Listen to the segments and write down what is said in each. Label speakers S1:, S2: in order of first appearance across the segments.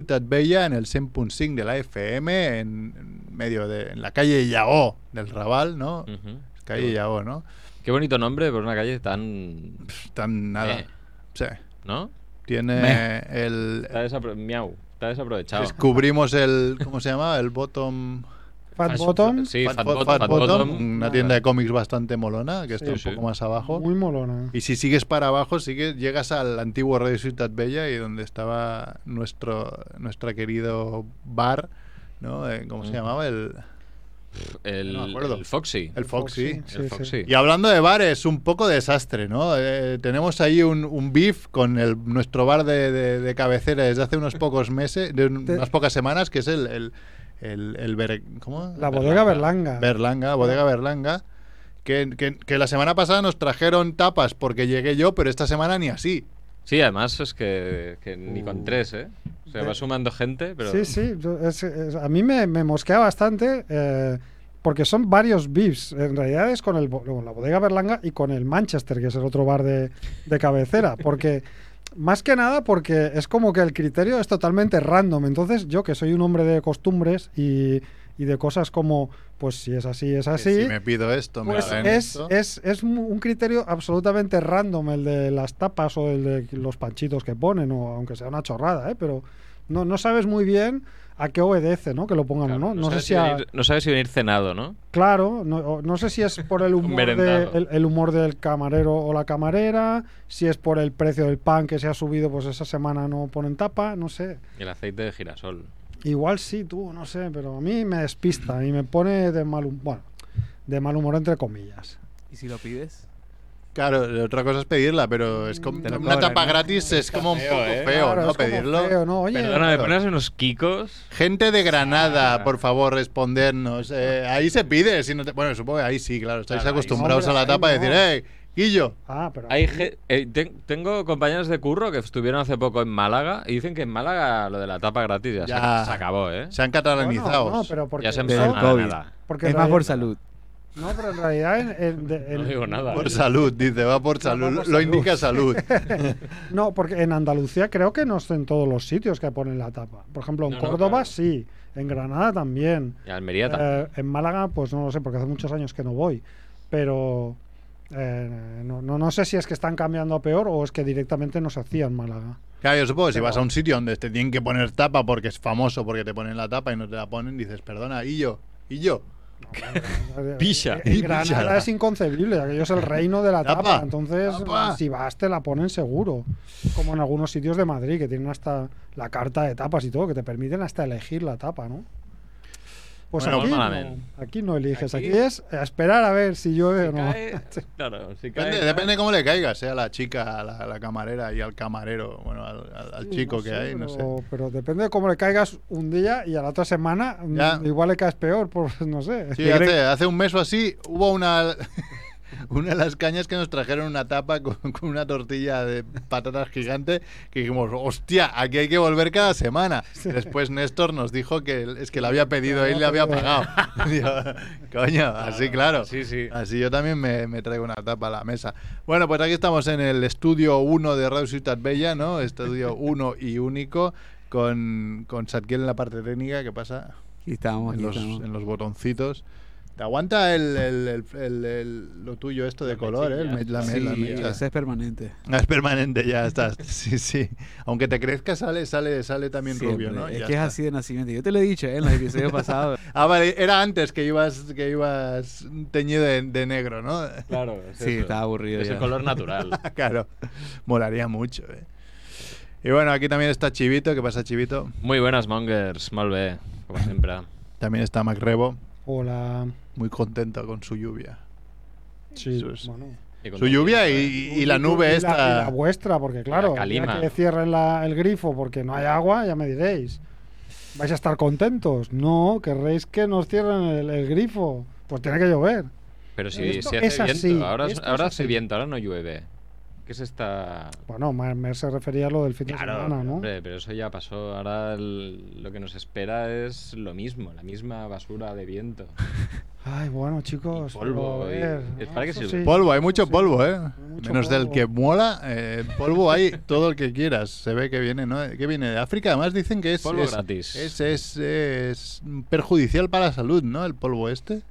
S1: Bella en el 100.5 de la FM, en, en medio de en la calle Yaó del Raval, ¿no?
S2: Ujú.
S1: Calle Yaó, ¿no?
S2: Qué bonito nombre por una calle tan.
S1: Pff, Tan nada.
S2: Eh.
S1: Sí.
S2: ¿No?
S1: Tiene
S3: Meh.
S1: el
S2: Está, desapro- miau, está desaprovechado.
S1: descubrimos el ¿cómo se llama? El Bottom
S2: Ah,
S4: Fat
S2: sí,
S4: Bottom,
S2: Sí, Fat,
S1: Fat-
S2: Bot-
S1: Fat
S2: Fat
S1: Bottom,
S2: Bottom.
S1: una
S4: Nada.
S1: tienda de cómics bastante molona, que
S4: Sí,
S1: está un
S2: sí.
S1: poco más abajo.
S4: muy molona.
S1: Y si sigues para abajo, sigues, llegas al antiguo Radio Ciudad Bella y donde estaba nuestro nuestro querido bar, ¿no? Eh, ¿Cómo se
S2: Mm.
S1: llamaba? El,
S2: El,
S1: No me acuerdo.
S2: el Foxy.
S1: el Foxy.
S4: Foxy. Sí,
S2: El
S4: sí.
S2: Foxy.
S1: Y hablando de bares, un poco desastre, ¿no? Eh, tenemos ahí un, un beef con el, nuestro bar de, de- de cabecera desde hace unos pocos meses, de un-
S4: Te-
S1: unas pocas semanas, que es el, el, el- el Ber- ¿cómo?
S4: La bodega Berlanga.
S1: Berlanga, Bodega Berlanga. Que, que- que la semana pasada nos trajeron tapas porque llegué yo, pero esta semana ni así.
S2: Sí, además es que, que ni con tres, ¿eh? O sea,
S4: De-
S2: va sumando gente, pero.
S4: Sí, sí, yo- es- es- a mí me, me mosquea bastante eh, porque son varios beefs. En realidad es con, el, bo- con la bodega Berlanga y con el Manchester, que es el otro bar de, de cabecera. Porque, más que nada, porque es como que el criterio es totalmente random. Entonces, yo que soy un hombre de costumbres y, y de cosas como, pues si es así, es
S1: Que
S4: así.
S1: Si me pido esto, me
S4: Pues
S1: traen
S4: es,
S1: esto.
S4: es, es mu- un criterio absolutamente random el de las tapas o el de los panchitos que ponen, o aunque sea una chorrada, ¿eh? pero no, no sabes muy bien a qué obedece, ¿no? Que lo pongan
S2: claro,
S4: o no. No, sé
S2: sabes
S4: si a-
S2: venir- no sabes si venir cenado, ¿no?
S4: claro, no, o- no sé si es por el humor, de-
S2: merendado.
S4: el, el humor del camarero o la camarera, si es por el precio del pan que se ha subido, pues esa semana no ponen tapa, no sé.
S2: El aceite de girasol.
S4: Igual sí, tú, no sé, pero a mí me despista y me pone de mal humor, bueno, de mal humor entre comillas.
S3: ¿Y si lo pides?
S1: Claro, otra cosa es pedirla, pero
S4: Mm,
S1: es como,
S3: Te lo
S1: una
S3: cobran,
S1: tapa
S3: ¿no?
S4: ¿eh?
S1: gratis es como un poco
S2: ¿eh?
S1: feo,
S4: Claro,
S1: ¿no?
S4: es como
S1: Pedirlo.
S4: feo, ¿no? Oye,
S2: Perdona, ¿me
S1: claro.
S2: pones unos kikos?
S1: Gente de Granada,
S2: Ah.
S1: por favor, respondernos. Eh, ahí se pide. Si no te- Bueno, supongo que ahí sí, claro. Estáis
S2: Claro, ahí
S1: acostumbrados
S4: sí.
S1: a la
S4: Hombre,
S1: tapa de
S4: ahí
S1: decir,
S4: no.
S1: ¡eh, Guillo!
S4: Ah, pero
S2: Hay ge- eh, ten- tengo compañeros de curro que estuvieron hace poco en Málaga y dicen que en Málaga lo de la tapa gratis ya, se-
S1: Ya.
S2: Se, acabó, ¿eh?
S1: Se han
S4: Bueno,
S1: catalanizado.
S4: no, pero porque
S2: ya se
S3: del
S2: empezó a
S3: COVID.
S2: nada.
S4: porque
S3: Es
S4: en
S3: más por
S4: realidad-
S3: salud.
S4: No, pero en realidad en- en- de- en-
S2: No digo nada.
S1: Por salud, dice, va por salud.
S4: por
S1: Lo
S4: salud.
S1: indica salud.
S4: no, porque en Andalucía creo que no es en todos los sitios que ponen la tapa. Por ejemplo, en
S2: No, no,
S4: Córdoba
S2: claro.
S4: sí, en Granada también.
S2: Y Almería también.
S4: Eh, en Málaga, pues no lo sé, porque hace muchos años que no voy. Pero eh, no, no, no sé si es que están cambiando a peor o es que directamente no se hacía en Málaga.
S1: Claro, yo supongo que si vas a un sitio donde te tienen que poner tapa porque es famoso, porque te ponen la tapa y no te la ponen, dices, perdona, Guillo, Guillo.
S2: Pilla,
S4: En
S1: y
S4: Granada
S1: píchala.
S4: es inconcebible, aquello es el reino de la
S1: Tapa,
S4: tapa. Entonces,
S1: tapa.
S4: si vas, te la ponen seguro. Como en algunos sitios de Madrid, que tienen hasta la carta de tapas y todo, que te permiten hasta elegir la tapa, ¿no? Pues
S1: Bueno,
S4: aquí, no,
S2: malamente.
S4: aquí no eliges, aquí,
S2: Aquí-
S4: es a esperar a ver si llueve o no.
S2: Cae- claro, si cae-
S1: Depende, depende cómo le caigas, sea a la chica, a la, a la camarera y al camarero, bueno, al, al- al
S4: Sí,
S1: chico
S4: no
S1: que
S4: sé,
S1: hay, no sé.
S4: pero, pero depende de cómo le caigas un día y a la otra semana, mm,
S1: Ya.
S4: igual le caes peor, por, no sé.
S1: Sí,
S4: Te creen-
S1: hace, hace un mes o así hubo una, una de las cañas que nos trajeron una tapa con, con una tortilla de patatas gigante que dijimos, hostia, aquí hay que volver cada semana. Después Néstor nos dijo que el- es que la había pedido él y le había pagado. Digo, Coño, así claro.
S2: Sí, sí.
S1: Así yo también me, me traigo una tapa a la mesa. Bueno, pues aquí estamos en el estudio 1 de Radio Ciudad Bella, ¿no? Estudio 1 y único, con, con Satkiel en la parte técnica. ¿Qué pasa?
S3: Aquí estamos,
S1: en
S3: aquí
S1: los,
S3: estamos.
S1: en los botoncitos. Te aguanta el, el- el- el- el- lo tuyo esto de
S2: La
S1: color, ¿eh? El
S2: mechilla.
S1: me- la, me-
S3: Sí,
S1: la mecha.
S3: ese es permanente.
S1: Ah, es permanente, ya estás. Sí, sí. Aunque te crezca, sale, sale, sale también
S3: Siempre.
S1: rubio, ¿no?
S3: Es
S1: Ya
S3: que es
S1: está.
S3: así de nacimiento. Yo te lo he dicho ¿eh? en los episodios pasados.
S1: Ah, vale, era antes que ibas, que ibas teñido de, de negro, ¿no?
S2: Claro, es
S3: Sí,
S2: eso.
S3: estaba aburrido.
S2: Es el
S3: ya.
S2: color natural.
S1: claro. Molaría mucho, ¿eh? Y bueno, aquí también está Chivito. ¿Qué pasa, Chivito?
S2: Muy buenas, Mongers. Mal ve, como siempre.
S1: También está Macrebo,
S4: Hola.
S1: muy contento con su lluvia.
S4: Sí,
S1: Sus-
S4: bueno.
S2: Y con
S1: Su
S2: tu
S1: lluvia
S2: pinta, ¿eh?
S1: y, y la
S4: Y-
S1: nube
S4: y
S1: esta.
S4: La, y la vuestra, porque claro, el día
S2: calima.
S4: que cierren la- el grifo porque no hay agua, ya me diréis. ¿Vais a estar contentos? No, querréis que nos cierren el, el grifo. Pues tiene que llover.
S2: Pero si,
S4: Esto
S2: si hace
S4: es
S2: viento,
S4: así,
S2: ahora,
S4: esto es
S2: ahora hace
S4: así.
S2: viento, ahora no llueve. ¿Qué es esta...?
S4: Bueno, Mer Mer se refería a lo del fin de
S2: Claro,
S4: semana, ¿no?
S2: hombre, pero eso ya pasó. Ahora el- lo que nos espera es lo mismo, la misma basura de viento.
S4: Ay, bueno, chicos.
S2: Y polvo,
S4: pero, a ver,
S2: y- ¿para qué
S4: eso
S2: sirve?
S1: Polvo, hay mucho
S4: sí.
S1: polvo, ¿eh?
S4: Mucho
S1: Menos del
S4: polvo.
S1: que mola, eh, polvo hay todo el que quieras. Se ve que viene, ¿no? Que viene de África. Además dicen que es
S2: Polvo
S1: es-
S2: gratis.
S1: Es, es- es perjudicial para la salud, ¿no? El polvo este.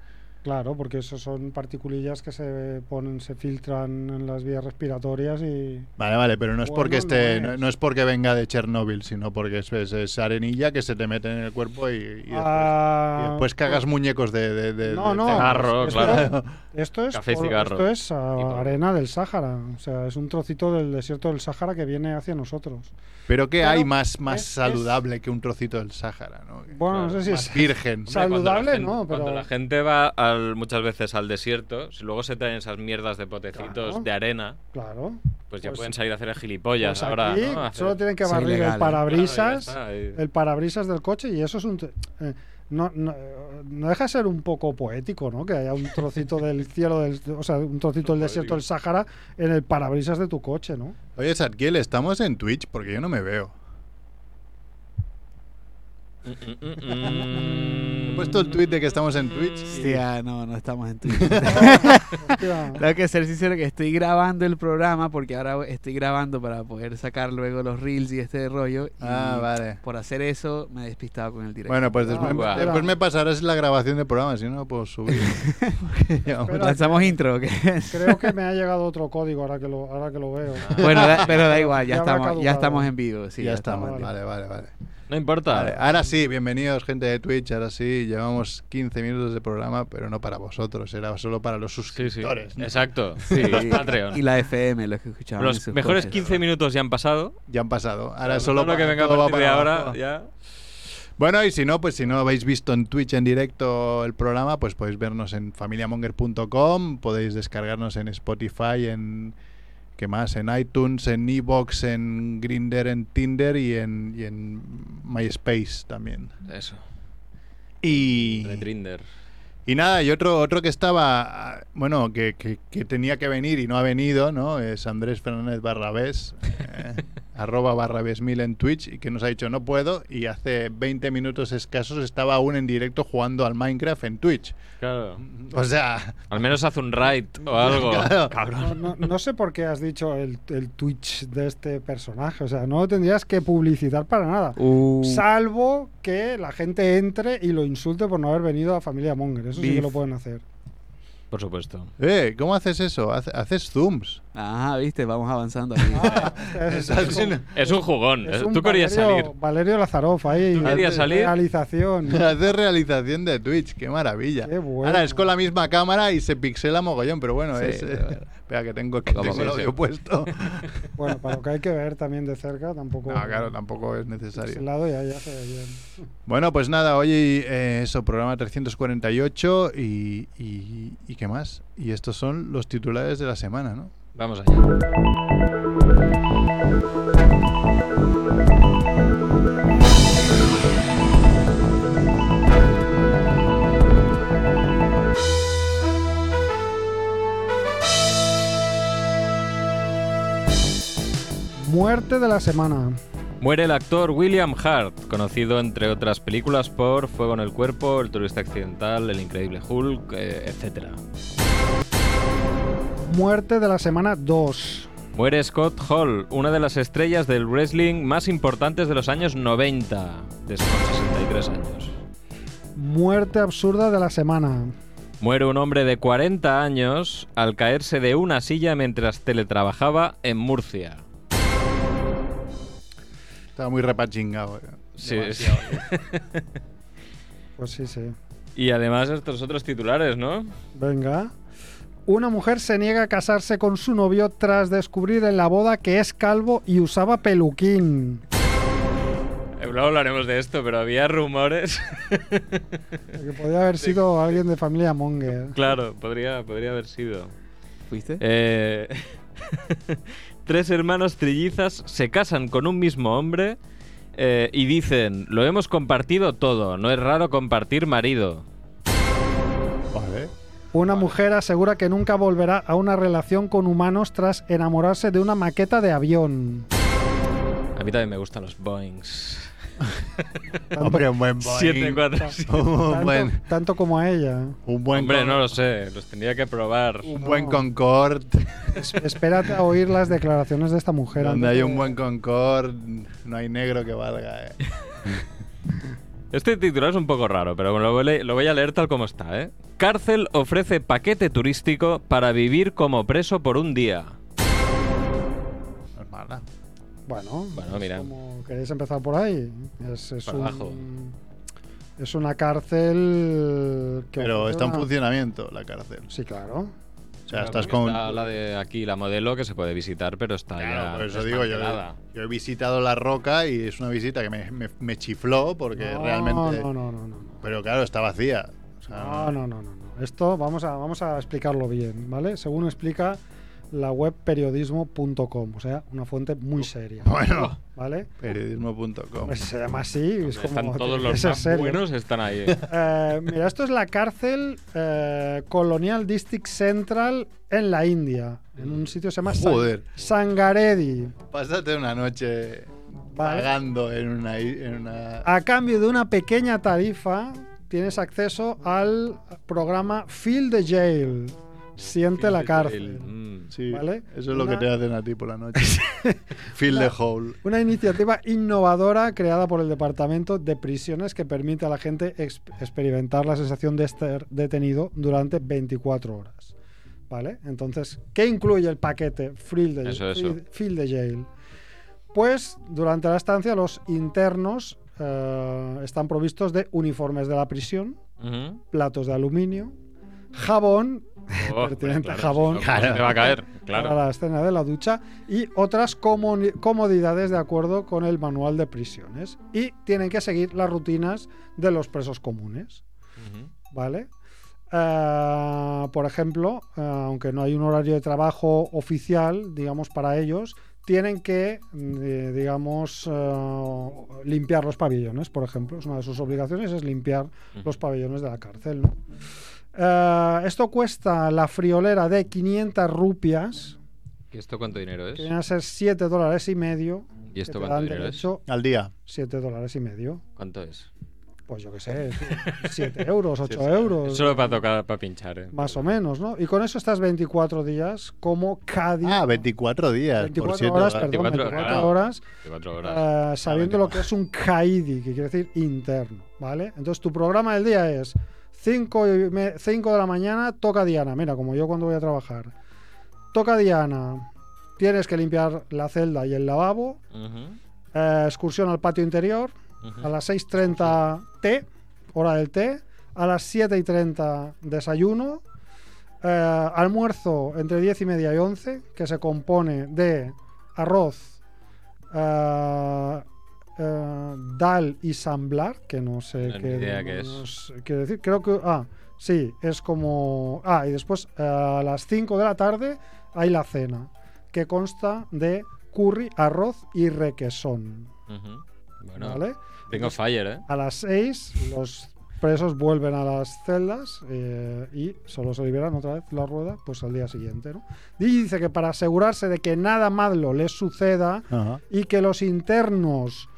S4: Claro, porque eso son particulillas que se ponen, se filtran en las vías respiratorias y.
S1: Vale, vale, pero no es porque
S4: Bueno, no
S1: esté, no,
S4: es.
S1: no es porque venga de Chernóbil, sino porque es, es- es arenilla que se te mete en el cuerpo y, y después,
S4: Ah,
S1: y después cagas muñecos de, de- de-
S4: No,
S1: de
S4: no.
S2: Cigarro,
S4: Esto-
S2: claro.
S4: Esto es,
S2: Café y
S4: por-
S2: cigarro.
S4: esto es ah,
S2: Y todo.
S4: arena del Sáhara, o sea, es un trocito del desierto del Sáhara que viene hacia nosotros.
S1: Pero ¿qué
S4: Pero
S1: hay más, más
S4: es- es-
S1: saludable que un trocito del Sáhara, no?
S4: Bueno, no sé si
S1: Más
S4: es
S1: virgen.
S4: Sal-
S2: Hombre, cuando la
S4: Saludable,
S2: gente-
S4: no, pero-
S2: Cuando la gente va al- muchas veces al desierto, si luego se traen esas mierdas de potecitos
S4: Claro.
S2: de arena,
S4: claro.
S2: pues ya
S4: Pues-
S2: pueden salir a hacer el gilipollas
S4: Pues
S2: ahora.
S4: aquí
S2: ¿no? A hacer-
S4: solo tienen que
S3: Es
S4: barrir
S3: ilegal,
S4: el
S3: ¿eh?
S4: parabrisas,
S2: Claro, Ah, ya está, y-
S4: el parabrisas del coche y eso es un tr- eh, no, no, no deja de ser un poco poético, ¿no? Que haya un trocito del cielo, del, o sea, un trocito del desierto del Sáhara en el parabrisas de tu coche, ¿no?
S1: Oye, Sadkiel, estamos en Twitch porque yo no me veo.
S2: Mm, mm, mm, mm.
S1: He puesto el tweet de que estamos en Twitch.
S3: Hostia, no, no estamos en Twitch.
S4: Hostia.
S3: Tengo que ser sincero que estoy grabando el programa porque ahora estoy grabando para poder sacar luego los reels y este rollo. y
S1: Ah, vale.
S3: Por hacer eso me he despistado con el directo.
S1: Bueno, pues
S4: Ah,
S1: después,
S2: guau.
S1: después me pasarás la grabación del programa, si no, no puedo subir. Porque llevamos-
S4: Espera.
S3: lanzamos intro. ¿o qué?
S4: Creo que me ha llegado otro código ahora que lo, ahora que lo veo.
S3: bueno, da- pero da igual, ya,
S4: Ya habrá
S3: estamos, ya
S4: caducado.
S3: estamos en vivo. Sí,
S1: ya, estamos.
S4: estamos.
S1: Vale, vale, vale.
S2: No importa.
S1: Vale, ahora sí, bienvenidos gente de Twitch, ahora sí, llevamos 15 minutos de programa, pero no para vosotros, era solo para los
S2: Sí, sí.
S1: suscriptores. ¿no?
S2: Exacto.
S3: Sí,
S2: Los Patreon.
S3: Y la FM, los que escuchaban. en
S2: Los
S3: sus
S2: mejores
S3: coches.
S2: 15 minutos ya han pasado.
S1: Ya han pasado. Ahora
S2: Ahora
S1: solo
S2: lo que
S1: para-
S2: venga a
S1: todo va
S2: partir de
S1: para
S2: ahora
S1: abajo.
S2: ya.
S1: Bueno, y si no, pues si no habéis visto en Twitch en directo el programa, pues podéis vernos en familiamonger.com, podéis descargarnos en Spotify, en ¿qué más? En iTunes, en Evox, en Grinder, en Tinder y en, y en MySpace también.
S2: Eso.
S1: Y
S2: Retrinder.
S1: Y nada, y otro, otro que estaba, bueno, que, que- que tenía que venir y no ha venido, ¿no? Es Andrés Fernández Barrabés, eh, arroba barrabés mil en Twitch, y que nos ha dicho no puedo, y hace 20 minutos escasos estaba aún en directo jugando al Minecraft en Twitch.
S2: Claro.
S1: O sea,
S2: Al menos haz un raid o algo.
S1: Claro.
S4: No, no- no sé por qué has dicho el, el Twitch de este personaje. O sea, no lo tendrías que publicitar para nada.
S3: Uh,
S4: Salvo que la gente entre y lo insulte por no haber venido a Familia Monger. Eso sí que
S3: Beef.
S4: lo pueden hacer.
S2: Por supuesto.
S1: eh, ¿cómo haces eso? Hace- Haces zooms.
S3: ajá, viste, vamos avanzando aquí.
S4: Ah, Es,
S1: Estás
S4: es
S1: en-
S4: un,
S2: Es un jugón.
S4: es
S2: eh.
S4: un
S2: Tú querías
S4: Valerio,
S2: salir.
S4: Valerio Lazarov ahí.
S2: Tú querías
S4: de-
S2: salir.
S4: Realización.
S1: Haces realización de Twitch, qué maravilla.
S4: Qué bueno.
S1: Ahora es con la misma cámara y se pixela mogollón, pero bueno,
S3: Sí,
S1: es...
S3: pero bueno.
S1: Espera, que tengo, que
S2: Poco a
S1: tengo el
S2: poco, sí.
S1: audio puesto.
S4: Bueno, para lo que hay que ver también de cerca, tampoco.
S1: No, claro, tampoco es necesario.
S4: Ese lado ya, ya se ve bien.
S1: Bueno, pues nada, hoy eh, eso, programa 348 y, y, y qué más. Y estos son los titulares de la semana, ¿no?
S2: Vamos allá.
S4: Muerte de la semana.
S2: Muere el actor William Hart, conocido entre otras películas por Fuego en el Cuerpo, El Turista Accidental, El Increíble Hulk, eh, etcétera.
S4: Muerte de la semana 2.
S2: Muere Scott Hall, una de las estrellas del wrestling más importantes de los años 90, desde los 63 años.
S4: Muerte absurda de la semana.
S2: Muere un hombre de 40 años al caerse de una silla mientras teletrabajaba en Murcia.
S1: Estaba muy repachingado. eh.
S2: Sí,
S1: Demasiado.
S4: Pues sí, sí.
S2: Y además estos otros titulares, ¿no?
S4: Venga. Una mujer se niega a casarse con su novio tras descubrir en la boda que es calvo y usaba peluquín.
S2: Eh, Luego hablaremos de esto, pero había rumores.
S4: Que podía haber sido alguien de familia Monger.
S2: claro, podría, podría haber sido.
S3: ¿Fuiste?
S2: Eh, Tres hermanos trillizas se casan con un mismo hombre eh, y dicen, lo hemos compartido todo, no es raro compartir marido.
S1: Vale.
S4: Una mujer asegura que nunca volverá a una relación con humanos tras enamorarse de una maqueta de avión.
S2: A mí también me gustan los Boeings.
S4: Tanto-
S1: Hombre, un buen boing.
S2: 7-4.
S1: Un
S4: tanto-
S1: buen,
S4: tanto como a ella.
S1: un buen,
S2: Hombre,
S1: con-
S2: no lo sé, los tendría que probar.
S1: un buen
S4: No.
S1: Concord.
S4: Espérate a oír las declaraciones de esta mujer.
S1: Donde
S4: antes
S1: hay
S4: de-
S1: un buen Concord, no hay negro que valga. eh.
S2: Este titular es un poco raro, pero lo voy, a le- lo voy a leer tal como está, ¿eh? Cárcel ofrece paquete turístico para vivir como preso por un día.
S1: No es mala.
S4: Bueno,
S2: Bueno,
S4: es
S2: mira.
S4: como queréis empezar por ahí. Es, es
S2: Para
S4: un-
S2: abajo.
S4: Es una cárcel que
S1: Pero
S4: ofrece
S1: está en
S4: una-
S1: funcionamiento la cárcel.
S4: Sí, claro.
S1: O sea, estás con.
S2: Está la de aquí, la modelo, que se puede visitar, pero está
S1: Claro,
S2: ya
S1: por eso digo yo.
S2: desmantelada.
S1: Yo he visitado La Roca y es una visita que me, me- me chifló porque
S4: no,
S1: realmente. Pues, ah.
S4: No, no, no, no. no.
S1: Pero claro, está vacía. O sea,
S4: No, no, no, no, no. Esto vamos a, vamos a explicarlo bien, ¿vale? Según explica la web periodismo.com, o sea, una fuente muy seria,
S1: Bueno,
S4: ¿vale?
S1: periodismo.com.
S4: Pues se llama así, es como
S2: Están todos
S4: tiene que
S2: los
S4: ser
S2: más
S4: serio.
S2: buenos, están ahí.
S4: Eh, mira, esto es la cárcel eh, Colonial District Central en la India, en un sitio que se llama San-
S1: Joder.
S4: Sangaredi.
S1: Pásate una noche
S4: Vale. Ah,
S1: vagando en una. i- En una...
S4: A cambio de una pequeña tarifa, tienes acceso al programa Feel the Jail, siente la cárcel.
S2: Mm.
S1: Sí,
S4: ¿Vale?
S1: Eso es lo que
S4: Una-
S1: te hacen a ti por la noche. Fill the hole.
S4: Una iniciativa innovadora creada por el Departamento de Prisiones que permite a la gente ex- experimentar la sensación de estar detenido durante 24 horas. ¿Vale? Entonces, ¿qué incluye el paquete Field de,
S2: Eso, eso.
S4: Jail? Pues durante la estancia los internos eh, están provistos de uniformes de la prisión,
S2: Ujú.
S4: platos de aluminio, jabón
S2: Oh,
S4: Pertinente,
S2: claro,
S4: jabón.
S2: si no, ¿cómo se te va a caer,
S4: para
S2: claro.
S4: la escena de la ducha y otras comuni- comodidades de acuerdo con el manual de prisiones. Y tienen que seguir las rutinas de los presos comunes,
S2: Ujú.
S4: ¿vale? Ah, por ejemplo, ah, aunque no hay un horario de trabajo oficial, digamos, para ellos, tienen que, eh, digamos, ah, limpiar los pabellones, por ejemplo. Es una de sus obligaciones es limpiar los pabellones de la cárcel. ¿no? Ah, esto cuesta la friolera de 500 rupias,
S2: ¿Y esto cuánto dinero es?
S4: que vienen a ser 7 dólares y medio.
S2: ¿Y esto
S4: que te
S2: cuánto
S4: dan
S2: dinero es?
S4: derecho
S1: Al día.
S4: 7 dólares y medio.
S2: ¿Cuánto es?
S4: Pues yo qué sé, 7 euros, 8
S2: Sí, sí.
S4: euros.
S2: Solo para tocar, para pinchar. ¿eh?
S4: Más o menos, ¿no? Y con eso estás 24 días como Cádiz.
S1: Ah, 24 días.
S4: 24
S1: por siete
S4: horas,
S1: horas.
S4: perdón,
S2: 24,
S4: 24,
S2: claro.
S4: horas,
S2: De cuatro horas.
S4: eh, sabiendo
S1: 24.
S4: lo que es un CAIDI, que quiere decir interno, ¿vale? Entonces tu programa del día es 5 de la mañana, toca Diana. Mira, como yo cuando voy a trabajar. Toca Diana, tienes que limpiar la celda y el lavabo,
S2: Ujú,
S4: eh, excursión al patio interior,
S2: ujú.
S4: a las 6.30 té, hora del té, a las 7.30 desayuno, eh, almuerzo entre 10 y media y 11, que se compone de arroz, eh, eh, dal y samblar, que no sé
S2: No, ni
S4: qué,
S2: idea qué es.
S4: demonios quiere decir, creo que... Ah, sí, es como... Ah, y después eh, a las 5 de la tarde hay la cena, que consta de curry, arroz y requesón.
S2: Ujú. Bueno,
S4: ¿Vale?
S2: tengo fire, ¿eh?
S4: A las 6 los presos vuelven a las celdas eh, y solo se liberan otra vez la rueda pues al día siguiente. ¿no? Y dice que para asegurarse de que nada malo les suceda
S1: Ajá.
S4: y que los internos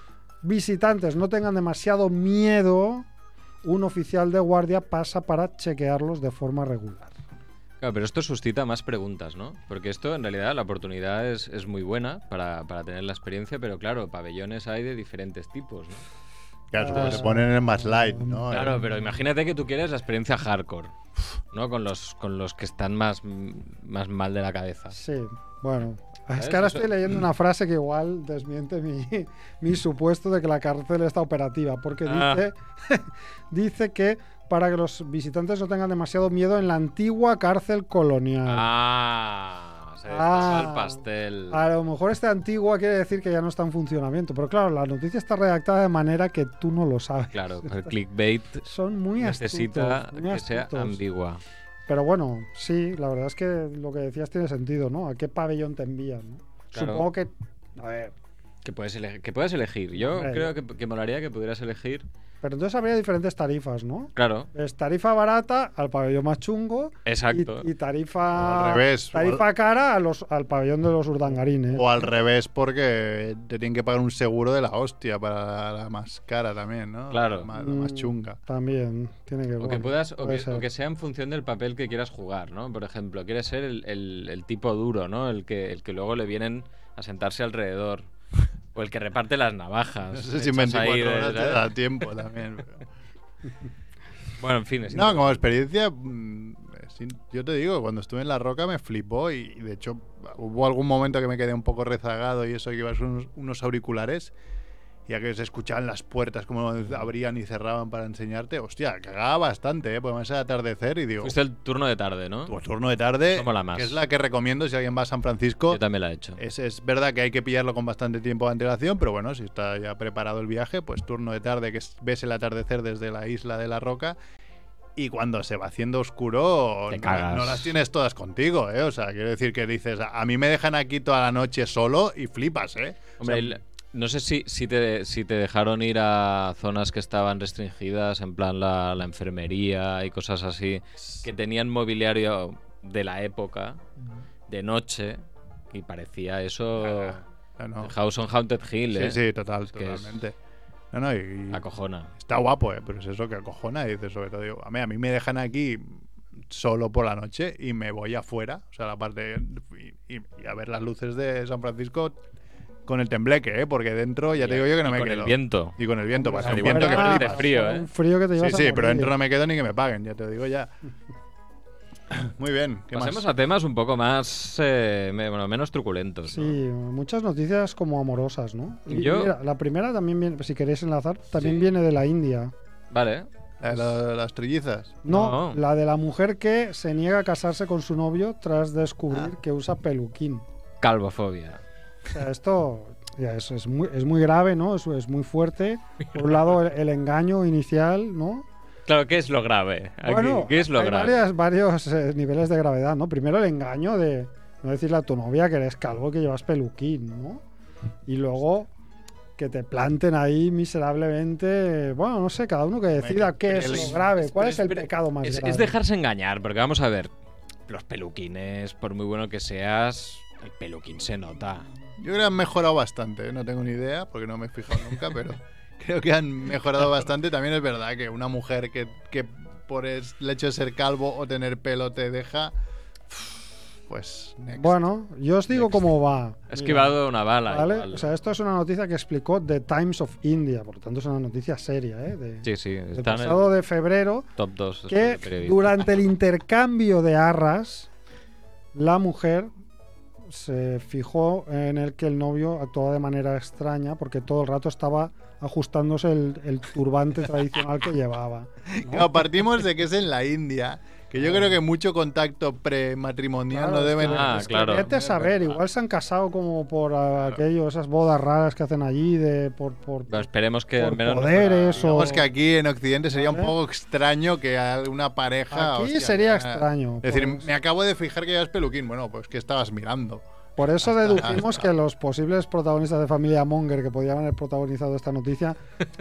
S4: visitantes no tengan demasiado miedo, un oficial de guardia pasa para chequearlos de forma regular.
S2: Claro, pero esto suscita más preguntas, ¿no? Porque esto, en realidad, la oportunidad es, es muy buena para, para tener la experiencia, pero claro, pabellones hay de diferentes tipos, ¿no?
S1: Claro,
S4: Ah.
S1: se ponen en más light, ¿no?
S2: Claro, pero imagínate que tú quieres la experiencia hardcore, ¿no? Con los, con los que están más, más mal de la cabeza.
S4: Sí, bueno. Es
S2: ¿Sabes?
S4: que ahora
S2: Eso-
S4: estoy leyendo una frase que igual desmiente mi, mi supuesto de que la cárcel está operativa, porque
S2: Ah.
S4: dice, dice que para que los visitantes no tengan demasiado miedo en la antigua cárcel colonial.
S2: Ah, se destapa
S4: Ah.
S2: el pastel.
S4: A lo mejor esta antigua quiere decir que ya no está en funcionamiento, pero claro, la noticia está redactada de manera que tú no lo sabes.
S2: Claro, el clickbait
S4: Son muy
S2: necesita
S4: astutos, muy
S2: que sea
S4: astutos.
S2: ambigua.
S4: Pero bueno, sí, la verdad es que lo que decías tiene sentido, ¿no? ¿A qué pabellón te envían? no?
S2: Claro.
S4: Supongo que. A ver.
S2: Que, puedes ele- que puedas elegir. Yo
S4: Hombre,
S2: creo que, que molaría que pudieras elegir.
S4: Pero entonces habría diferentes tarifas, ¿no?
S2: Claro,
S4: Es tarifa barata al pabellón más chungo.
S2: exacto.
S4: Y, y tarifa.
S1: O al revés, o al-
S4: Tarifa cara a los, al pabellón de los urdangarines.
S1: O al revés, porque te tienen que pagar un seguro de la hostia para la, la más cara también, ¿no?
S2: Claro.
S1: La, ma- la más
S4: Mm,
S1: chunga.
S4: También tiene que
S2: O que
S4: bueno,
S2: puedas, o
S4: puede
S2: que,
S4: ser.
S2: o que sea en función del papel que quieras jugar, ¿no? Por ejemplo, quieres ser el, el- el tipo duro, ¿no? El que, el que luego le vienen a sentarse alrededor. O el que reparte las navajas.
S1: No sé si en
S2: hechas
S1: 24
S2: ahí de-
S1: horas te
S2: de-
S1: da tiempo también. pero-
S2: Bueno, en fin. es-
S1: No, como experiencia, mm, sin- yo te digo, cuando estuve en La Roca me flipó y, y de hecho hubo algún momento que me quedé un poco rezagado y eso que ibas unos, unos auriculares y a que se escuchaban las puertas como abrían y cerraban para enseñarte. Hostia, cagaba bastante, ¿eh? Porque me hace atardecer y digo,
S2: Fuiste el turno de tarde, ¿no?
S1: tu turno de tarde,
S2: Tómala más.
S1: que es la que recomiendo si alguien va a San Francisco.
S2: Yo también la he hecho.
S1: Es, es verdad que hay que pillarlo con bastante tiempo de antelación, pero bueno, si está ya preparado el viaje, pues turno de tarde que es- ves el atardecer desde la isla de la roca. Y cuando se va haciendo oscuro,
S2: Te
S1: no,
S2: cagas.
S1: no las tienes todas contigo, ¿eh? O sea, quiero decir que dices, a, a mí me dejan aquí toda la noche solo y flipas, ¿eh? O
S2: Hombre,
S1: sea,
S2: el- no sé si, si, te, si te dejaron ir a zonas que estaban restringidas, en plan la, la enfermería y cosas así, que tenían mobiliario de la época, de noche, y parecía eso
S1: Ah, no, no.
S2: House on Haunted Hill,
S1: Sí,
S2: ¿eh?
S1: sí, total,
S2: que es-
S1: totalmente. No, no, y- y-
S2: Acojona.
S1: Está guapo, ¿eh? pero es eso que acojona. Y dices, sobre todo, digo, a mí, a mí me dejan aquí solo por la noche y me voy afuera, o sea, la parte. Y, y- y a ver las luces de San Francisco con el tembleque, ¿eh? porque dentro ya te
S2: Y-
S1: digo yo que no
S2: y
S1: me
S2: con
S1: quedo.
S2: el viento.
S1: Y con el viento,
S4: Hombre,
S1: pasa un
S2: al
S1: viento que
S2: igual
S4: fuera-
S2: hace
S1: flipas.
S2: frío, ¿eh?
S4: Un frío que te
S1: Sí,
S4: llevas a
S1: sí, pero
S4: morir.
S1: dentro no me quedo ni que me paguen, ya te digo ya. Muy bien, ¿qué
S2: Pasemos
S1: más?
S2: a temas un poco más, eh, me- bueno, menos truculentos.
S4: Sí,
S2: ¿no?
S4: muchas noticias como amorosas, ¿no? Y
S2: Yo-
S4: mira, la primera también viene, si queréis enlazar, también
S2: Sí.
S4: viene de la India.
S2: Vale.
S1: La Eh, de la- las trillizas.
S4: No,
S2: No.
S4: la de la mujer que se niega a casarse con su novio tras descubrir
S1: Ah.
S4: que usa peluquín.
S2: Calvofobia.
S4: O sea, esto ya es, es muy, es muy grave, ¿no? Es, es muy fuerte. Por un lado, el, el engaño inicial, ¿no?
S2: Claro, ¿qué es lo grave? Aquí,
S4: Bueno,
S2: ¿Qué es lo
S4: hay
S2: grave?
S4: varias- varios eh, niveles de gravedad, ¿no? Primero, el engaño de no decirle a tu novia que eres calvo y que llevas peluquín, ¿no? Y luego que te planten ahí miserablemente. Bueno, no sé, cada uno que decida qué es
S1: el-
S4: lo grave, cuál
S2: Pero
S4: es el
S2: espera,
S4: pecado más
S2: es,
S4: grave.
S2: es dejarse engañar, porque vamos a ver, los peluquines, por muy bueno que seas, el peluquín se nota.
S1: Yo creo que han mejorado bastante, ¿eh? no tengo ni idea porque no me he fijado nunca, pero creo que han mejorado bastante. También es verdad que una mujer que, que por es- el hecho de ser calvo o tener pelo te deja, pues... next.
S4: Bueno, yo os digo
S1: Next.
S4: cómo va.
S2: Ha
S4: Mira.
S2: esquivado una bala.
S4: ¿Vale?
S2: igual.
S4: O sea, esto es una noticia que explicó The Times of India, por lo tanto es una noticia seria, ¿eh? De-
S2: sí, sí,
S4: del
S2: está en el
S4: pasado de febrero,
S2: top este 2.
S4: que durante el intercambio de arras, la mujer se fijó en el que el novio actuaba de manera extraña porque todo el rato estaba ajustándose el, el turbante tradicional que llevaba.
S1: Claro, partimos de que es en la India, que yo creo que mucho contacto prematrimonial
S4: Ah. Claro,
S1: no deben...
S2: Ah,
S4: Es que
S2: claro.
S4: vete a saber, igual se han casado como por ah, aquello, esas bodas raras que hacen allí, de, por, por,
S2: esperemos que
S4: por
S2: al menos no fuera-
S4: poderes o...
S1: Digamos que aquí en Occidente sería un
S4: Vale.
S1: poco extraño que a una pareja...
S4: Aquí
S1: hostia,
S4: sería
S1: ya-
S4: extraño.
S1: Es decir,
S4: pues.
S1: me acabo de fijar que llevas peluquín. Bueno, pues que estabas mirando.
S4: Por eso
S1: Hasta-
S4: deducimos
S1: hasta-
S4: que los posibles protagonistas de Familia Monger que podían haber protagonizado esta noticia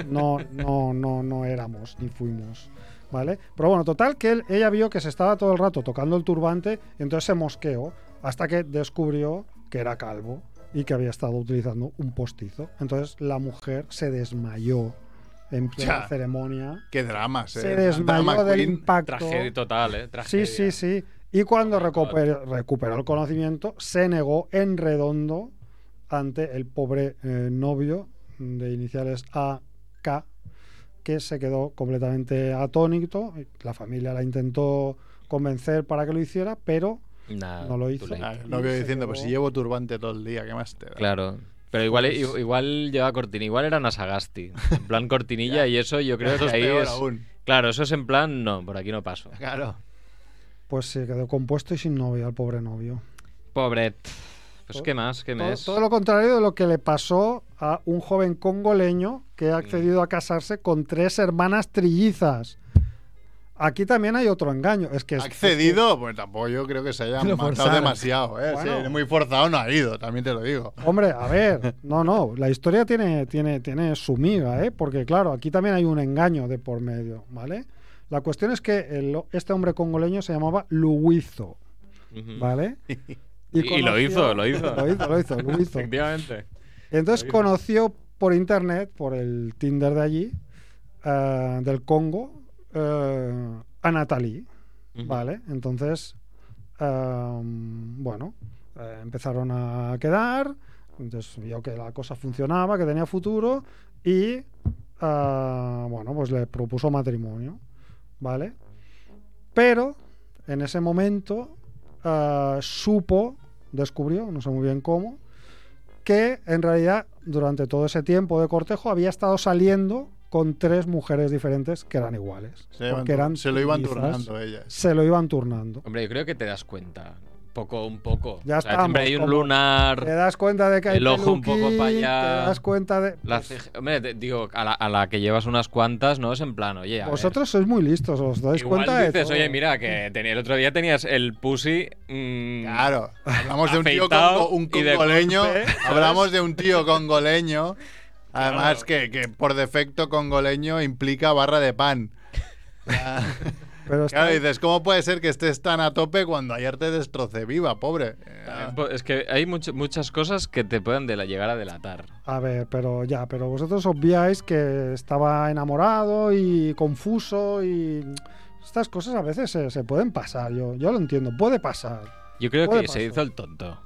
S4: no, no, no, no éramos ni fuimos. ¿Vale? Pero bueno, total que él- ella vio que se estaba todo el rato tocando el turbante, entonces se mosqueó hasta que descubrió que era calvo y que había estado utilizando un postizo. Entonces la mujer se desmayó en plena
S1: Ya.
S4: ceremonia.
S1: Qué dramas, eh.
S4: Se
S1: Drama
S4: desmayó del
S1: queen.
S4: impacto.
S2: Tragedia total, ¿eh? Tragedia.
S4: Sí, sí, sí. Y cuando
S2: Oh my God.
S4: recuperó, recuperó el conocimiento, se negó en redondo ante el pobre eh, novio de iniciales AK, que se quedó completamente atónito. La familia la intentó convencer para que lo hiciera, pero
S2: Nah,
S4: No lo
S2: too
S4: hizo.
S2: late.
S1: Ah,
S4: Y
S1: no veo
S4: se
S1: diciendo,
S4: llevó-
S1: pues si llevo turbante todo el día, ¿qué más te da?
S2: Claro. Pero igual,
S4: Pues
S2: i- igual lleva cortinilla, igual era Nasagasti. En plan cortinilla y eso yo creo
S1: Eso
S2: que
S1: es
S2: ahí
S1: peor
S2: es...
S1: aún.
S2: Claro, eso es en plan, no, por aquí no paso.
S1: Claro.
S4: pues se quedó compuesto y sin novio al pobre novio.
S2: Pobre. Pues qué más, qué
S4: Todo,
S2: mes.
S4: todo lo contrario de lo que le pasó a un joven congoleño que ha accedido a casarse con tres hermanas trillizas. Aquí también hay otro engaño. Es que es-
S1: accedido, pues tampoco yo creo que se haya
S3: Lo
S1: matado
S3: forzaron.
S1: demasiado. ¿eh?
S4: Bueno.
S1: Sí, muy forzado no ha ido, también te lo digo.
S4: Hombre, a ver, no, no, la historia tiene, tiene, tiene su miga, ¿eh? porque claro, aquí también hay un engaño de por medio, ¿vale? La cuestión es que el- este hombre congoleño se llamaba Luizo,
S2: Ujú.
S4: ¿vale?
S2: Y- y lo hizo, lo hizo.
S4: Lo hizo, lo hizo, Luizo.
S2: Efectivamente.
S4: Entonces
S2: Lo hizo.
S4: conoció por internet, por el Tinder de allí, eh, del Congo, eh, a Natalie,
S2: Ujú.
S4: ¿vale? Entonces, eh, bueno, eh, empezaron a quedar, entonces vio que la cosa funcionaba, que tenía futuro y, eh, bueno, pues le propuso matrimonio, ¿vale? Pero en ese momento eh, supo, descubrió, no sé muy bien cómo, que en realidad durante todo ese tiempo de cortejo había estado saliendo con tres mujeres diferentes que eran iguales.
S1: Se, iban
S4: porque
S1: tur-
S4: eran
S1: se lo iban
S4: trillizas,
S1: turnando ellas.
S4: Se lo iban turnando.
S2: Hombre, yo creo que te das cuenta. Poco, un poco.
S4: Ya
S2: O sea,
S4: estamos,
S2: Siempre hay un
S4: como-
S2: lunar.
S4: Te das cuenta de que hay
S2: El ojo un poco
S4: peluquín,
S2: pa' allá.
S4: Te das cuenta de.
S2: La ceja- hombre, te- digo, a la, a la que llevas unas cuantas, ¿no? Es en plan, oye, a ver,
S4: Vosotros sois muy listos, os dais
S2: igual
S4: cuenta de.
S2: dices,
S4: todo.
S2: oye, mira, que tenía- el otro día tenías el pussy mm,
S1: Claro, hablamos de un tío
S2: Afeitado
S1: congo- un
S2: y de
S1: congoleño,
S2: golpe, ¿sabes?
S1: hablamos de un tío congoleño, además que, que por defecto congoleño implica barra de pan.
S4: Pero está-
S1: Claro, dices, ¿cómo puede ser que estés tan a tope cuando ayer te destrocé viva, pobre? Eh,
S2: también po- pues, Es que hay mucho- muchas cosas que te pueden de la, llegar a delatar.
S4: A ver, pero ya, pero vosotros obviáis que estaba enamorado y confuso y. Estas cosas a veces se, se pueden pasar, yo, yo lo entiendo, puede pasar.
S2: Yo creo
S4: Puede
S2: que se
S4: pasar.
S2: hizo el tonto.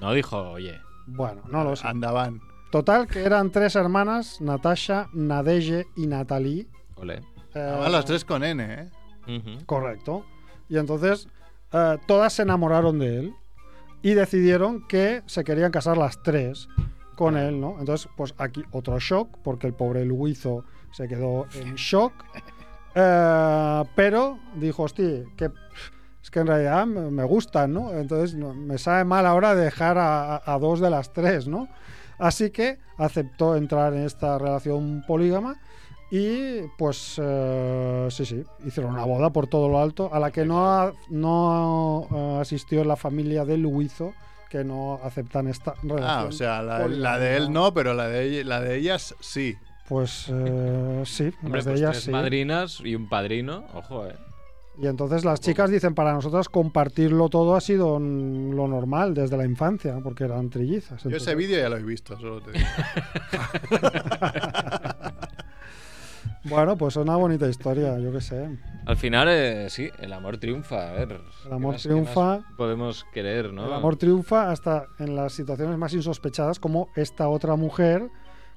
S2: No dijo, oye.
S4: Bueno, no lo sé.
S2: Ah,
S1: Andaban.
S4: Total, que eran tres hermanas, Natasha, Nadege y Natalie.
S2: Ole. Ah,
S1: Andaban
S4: Eh,
S1: las tres con N, ¿eh?
S2: Ujú.
S4: Correcto. Y entonces eh, todas se enamoraron de él y decidieron que se querían casar las tres con él, ¿no? Entonces, pues aquí otro shock, porque el pobre Luizo se quedó en shock. Eh, pero dijo, hosti, que pff, es que en realidad me me gustan, ¿no? Entonces no- me sabe mal ahora dejar a, a- a dos de las tres, ¿no? Así que aceptó entrar en esta relación polígama y pues eh, sí, sí, hicieron una boda por todo lo alto, a la que no, a- no eh, asistió la familia de Luizo, que no aceptan esta relación.
S1: Ah, o sea, la,
S4: polígama.
S1: la de él no, pero la de, ell- la de ellas sí.
S4: Pues eh, sí,
S2: Hombre,
S4: las de
S2: pues
S4: ellas
S2: tres
S4: sí.
S2: madrinas y un padrino. Ojo, eh.
S4: Y entonces las chicas dicen, para nosotras compartirlo todo ha sido mm, lo normal desde la infancia, porque eran trillizas.
S1: Yo ese
S4: Entonces,
S1: vídeo ya lo he visto, solo te digo.
S4: Bueno, pues una bonita historia, yo qué sé.
S2: Al final, eh, sí, el amor triunfa. A ver. ¿qué más-
S4: amor
S2: qué más
S4: triunfa.
S2: Podemos querer, ¿no?
S4: El amor triunfa hasta en las situaciones más insospechadas, como esta otra mujer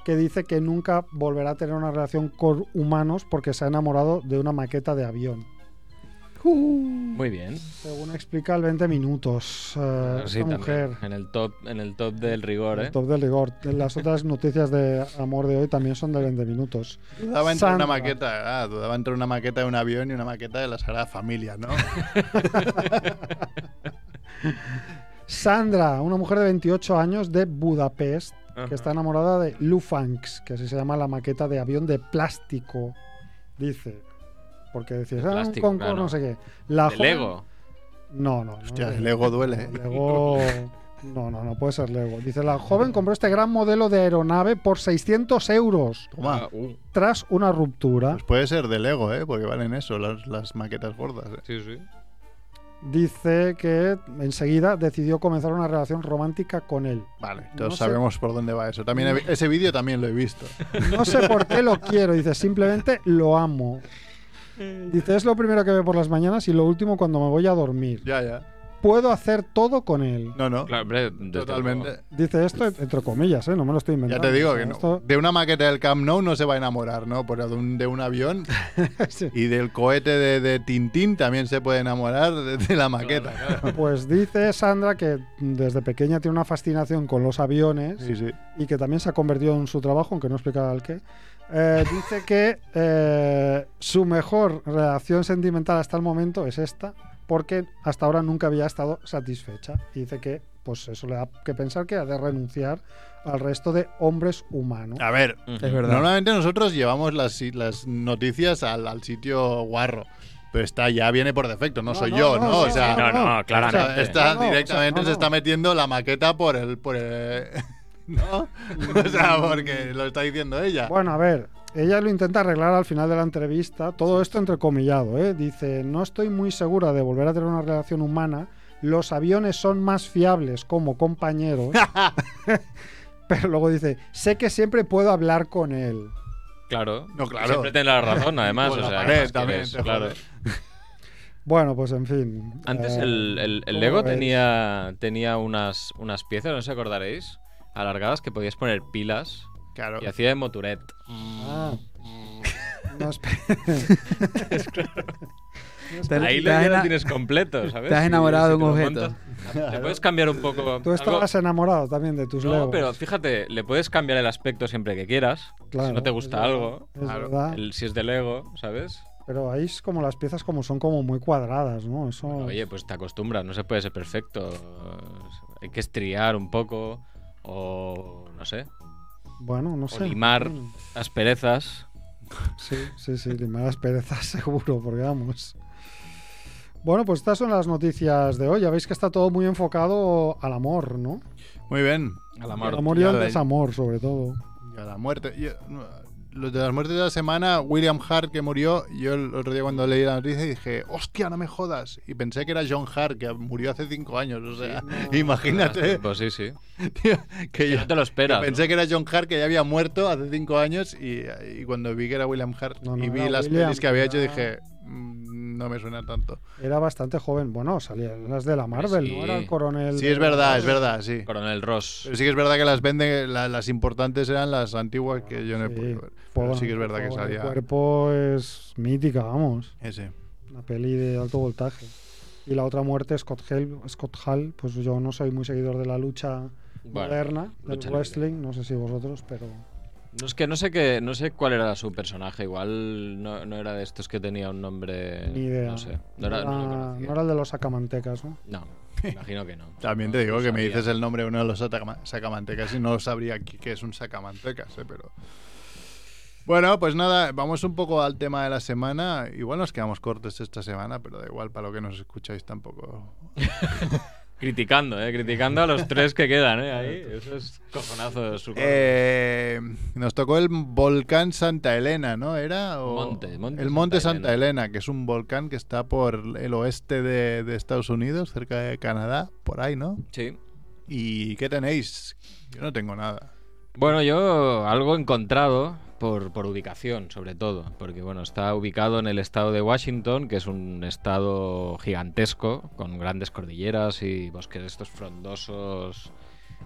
S4: que dice que nunca volverá a tener una relación con humanos porque se ha enamorado de una maqueta de avión.
S2: Muy bien.
S4: Según explica el 20 minutos, eh,
S2: Claro, sí,
S4: esta
S2: también.
S4: mujer.
S2: En el top, en el top del rigor,
S4: el
S2: ¿eh?
S4: Top del rigor. Las otras noticias de amor de hoy también son de 20 minutos.
S1: Dudaba entre
S4: Sandra.
S1: una maqueta, ah, dudaba entre una maqueta de un avión y una maqueta de la Sagrada Familia, ¿no?
S4: Sandra, una mujer de 28 años de Budapest,
S2: Ajá.
S4: que está enamorada de Lufanx, que así se llama la maqueta de avión de plástico, dice. Porque decías,
S2: De
S4: ah, un
S2: plástico,
S4: concurso,
S2: claro.
S4: no sé qué. La
S2: De
S4: joven-
S2: Lego.
S4: No, no. no
S1: Hostia,
S4: es
S1: el
S4: de-
S1: ego duele, ¿eh?
S4: Lego. No, no, no puede ser Lego. Dice, la joven compró este gran modelo de aeronave por 600 euros
S1: Toma.
S2: Ah, uh,
S4: tras una
S2: Ah.
S4: ruptura.
S1: Pues puede ser de Lego, ¿eh? Porque valen eso, las, las maquetas gordas. ¿eh?
S2: sí, sí.
S4: Dice que enseguida decidió comenzar una relación romántica con él.
S1: Vale, todos
S4: No sé.
S1: sabemos por dónde va eso. También he- ese vídeo también lo he visto.
S4: No sé por qué lo quiero, dice, simplemente lo amo. Dice, es lo primero que veo por las mañanas y lo último cuando me voy a dormir.
S1: Ya, ya.
S4: Puedo hacer todo con él.
S1: No, no.
S2: Claro, hombre, desde luego.
S1: totalmente.
S4: Dice esto entre comillas, ¿eh? no me lo estoy
S1: Ya
S4: inventando.
S1: te digo
S4: O sea,
S1: que no.
S4: esto-
S1: De una maqueta del Camp Nou no se va a enamorar, ¿no? Por de un, de un avión
S4: sí.
S1: y del cohete de, de Tintín también se puede enamorar de, de la maqueta.
S4: Pues dice Sandra que desde pequeña tiene una fascinación con los aviones
S1: Sí, sí.
S4: y que también se ha convertido en su trabajo, aunque no explica el qué. Eh, dice que eh, su mejor relación sentimental hasta el momento es esta, porque hasta ahora nunca había estado satisfecha. Y dice que pues eso le da que pensar que ha de renunciar al resto de hombres humanos.
S1: A ver,
S2: Ujú.
S3: Es verdad.
S1: normalmente nosotros llevamos las, si- las noticias al, al sitio guarro. Pero esta ya viene por defecto, no,
S4: No,
S1: soy
S4: no,
S1: yo,
S4: no,
S1: ¿no? o
S4: no,
S1: sea,
S2: No, no,
S4: no,
S1: o sea,
S2: claramente.
S1: está
S4: No, no,
S1: directamente
S4: o sea, no,
S1: se
S4: no.
S1: está metiendo la maqueta por el. Por el ¿No? o sea, porque lo está diciendo ella.
S4: Bueno, a ver, ella lo intenta arreglar al final de la entrevista, todo esto entrecomillado, ¿eh? Dice, no estoy muy segura de volver a tener una relación humana, los aviones son más fiables como compañeros, pero luego dice, sé que siempre puedo hablar con él.
S2: Claro.
S1: No, claro.
S2: Siempre tendrá la razón, además.
S1: Con
S2: o
S1: la
S2: sea,
S1: pared
S2: ¿qué más
S1: también,
S2: quieres?
S1: te jode.
S2: claro.
S4: Bueno, pues en fin.
S2: Antes
S4: eh,
S2: el, el- el
S4: ¿cómo
S2: Lego
S4: ves?
S2: tenía, tenía unas, unas piezas, no sé si acordaréis, alargadas que podías poner pilas
S1: Claro.
S2: y hacía de moturet.
S4: Ah. No, espera.
S3: Te-
S2: Ahí lo,
S3: te has
S2: ya lo
S3: ena-
S2: tienes completo, ¿sabes?
S3: te has
S2: Si-
S3: enamorado
S2: si
S3: de un
S2: te lo
S3: objeto.
S2: montas- Le puedes cambiar un poco.
S4: Tú pues
S2: algo-
S4: estabas enamorado también de tus
S2: No,
S4: Legos.
S2: pero fíjate, le puedes cambiar el aspecto siempre que quieras.
S4: Claro,
S2: si no te
S4: es
S2: gusta
S4: verdad,
S2: algo,
S4: es
S1: claro,
S4: verdad.
S2: el- si es de Lego, ¿sabes?
S4: Pero ahí es como las piezas como son como muy cuadradas, ¿no? Eso...
S2: Oye, pues te acostumbras, no se puede ser perfecto. Hay que estriar un poco o, no sé,
S4: Bueno, no
S2: o
S4: sé.
S2: limar
S4: Mm,
S2: asperezas.
S4: Sí, sí, sí, limar las perezas seguro, porque vamos. Bueno, pues estas son las noticias de hoy. Ya veis que está todo muy enfocado al amor, ¿no?
S1: Muy bien.
S2: A la
S4: Al
S2: mar.
S4: amor y
S1: Ya
S4: al
S1: la-
S4: desamor, sobre todo.
S1: Y a la muerte. Yo- no, los de las muertes de la semana, William Hart que murió, yo el otro día cuando leí la noticia dije, hostia, no me jodas. Y pensé que era John Hart, que murió hace cinco años. O sea, imagínate,
S2: Pues sí, sí.
S1: tío, que
S2: Que
S1: yo
S2: no te lo esperas.
S1: que
S2: ¿no?
S1: pensé que era John Hart, que ya había muerto hace cinco años. Y, y cuando vi que era William Hart
S4: No, no,
S1: y vi
S4: era
S1: las
S4: William,
S1: pelis que había hecho,
S4: era-
S1: dije, "Mm, no me suena tanto.
S4: Era bastante joven. Bueno, salían las de la Marvel,
S2: Sí.
S4: ¿no? Era el coronel.
S1: Sí, es verdad, es verdad, sí.
S2: Coronel Ross.
S1: Pero sí que es verdad que las vende, la- las importantes eran las antiguas que yo no he
S4: Sí.
S1: podido ver.
S4: Por-
S1: Pero sí que es verdad
S4: por
S1: que
S4: favor, El
S1: salía
S4: cuerpo es mítica, vamos.
S1: ese.
S4: Una peli de alto voltaje. Y la otra muerte, Scott Hall. Scott Hall, pues yo no soy muy seguidor de la lucha
S2: Bueno,
S4: moderna, del
S2: lucha libre.
S4: wrestling, no sé si vosotros, pero.
S2: No, es que no sé qué, no sé cuál era su personaje. Igual no, no era de estos que tenía un nombre.
S4: Ni idea.
S2: Eh,
S4: Ah,
S2: No sé. No era, no lo conocía.
S4: no era el de los sacamantecas, ¿no?
S2: No, imagino que no.
S1: También
S2: No,
S1: te digo
S2: no
S1: que me
S2: sabía.
S1: dices el nombre de uno de los atacama- sacamantecas y no sabría qui- qué es un sacamantecas, eh, pero... Bueno, pues nada, vamos un poco al tema de la semana. Igual nos quedamos cortos esta semana, pero da igual, para lo que nos escucháis tampoco.
S2: Criticando, ¿eh? Criticando a los tres que quedan, ¿eh? Ahí. Eso es cojonazo de su
S1: Eh, nos tocó el volcán Santa Elena, ¿no? ¿Era? O-
S2: Monte, monte
S1: el Monte
S2: Santa
S1: Santa, Elena. que es un volcán que está por el oeste de, de Estados Unidos, cerca de Canadá, por ahí, ¿no?
S2: Sí.
S1: ¿Y qué tenéis? Yo no tengo nada.
S2: Bueno, yo algo he encontrado por, por ubicación, sobre todo, porque bueno, está ubicado en el estado de Washington, que es un estado gigantesco, con grandes cordilleras y bosques de estos frondosos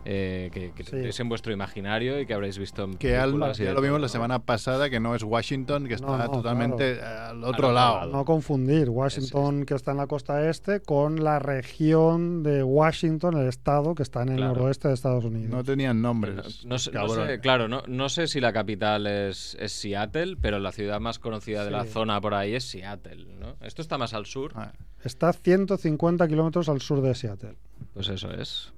S2: eh, que, que
S4: Sí.
S2: tendréis en vuestro imaginario y que habréis visto en
S1: Que al-
S2: películas y
S1: ya
S2: de
S1: lo vimos
S2: todo,
S1: la
S2: ¿no?
S1: semana pasada, que no es Washington, que
S4: No,
S1: está
S4: no,
S1: totalmente al otro
S2: otro
S1: lado.
S2: lado.
S4: No confundir Washington, que está en la costa este, con la región de Washington, el estado que está en el
S2: Claro.
S4: noroeste de Estados
S1: No
S4: Unidos.
S1: tenían
S2: No,
S1: nombres.
S2: no sé, no sé,
S1: cabrones.
S2: claro, no, no sé si la capital es, es Seattle, pero la ciudad más conocida de la
S4: Sí.
S2: zona por ahí es Seattle, ¿no? Esto está más al sur.
S1: Ah,
S4: Está 150 kilómetros al sur de Seattle.
S2: Pues eso es.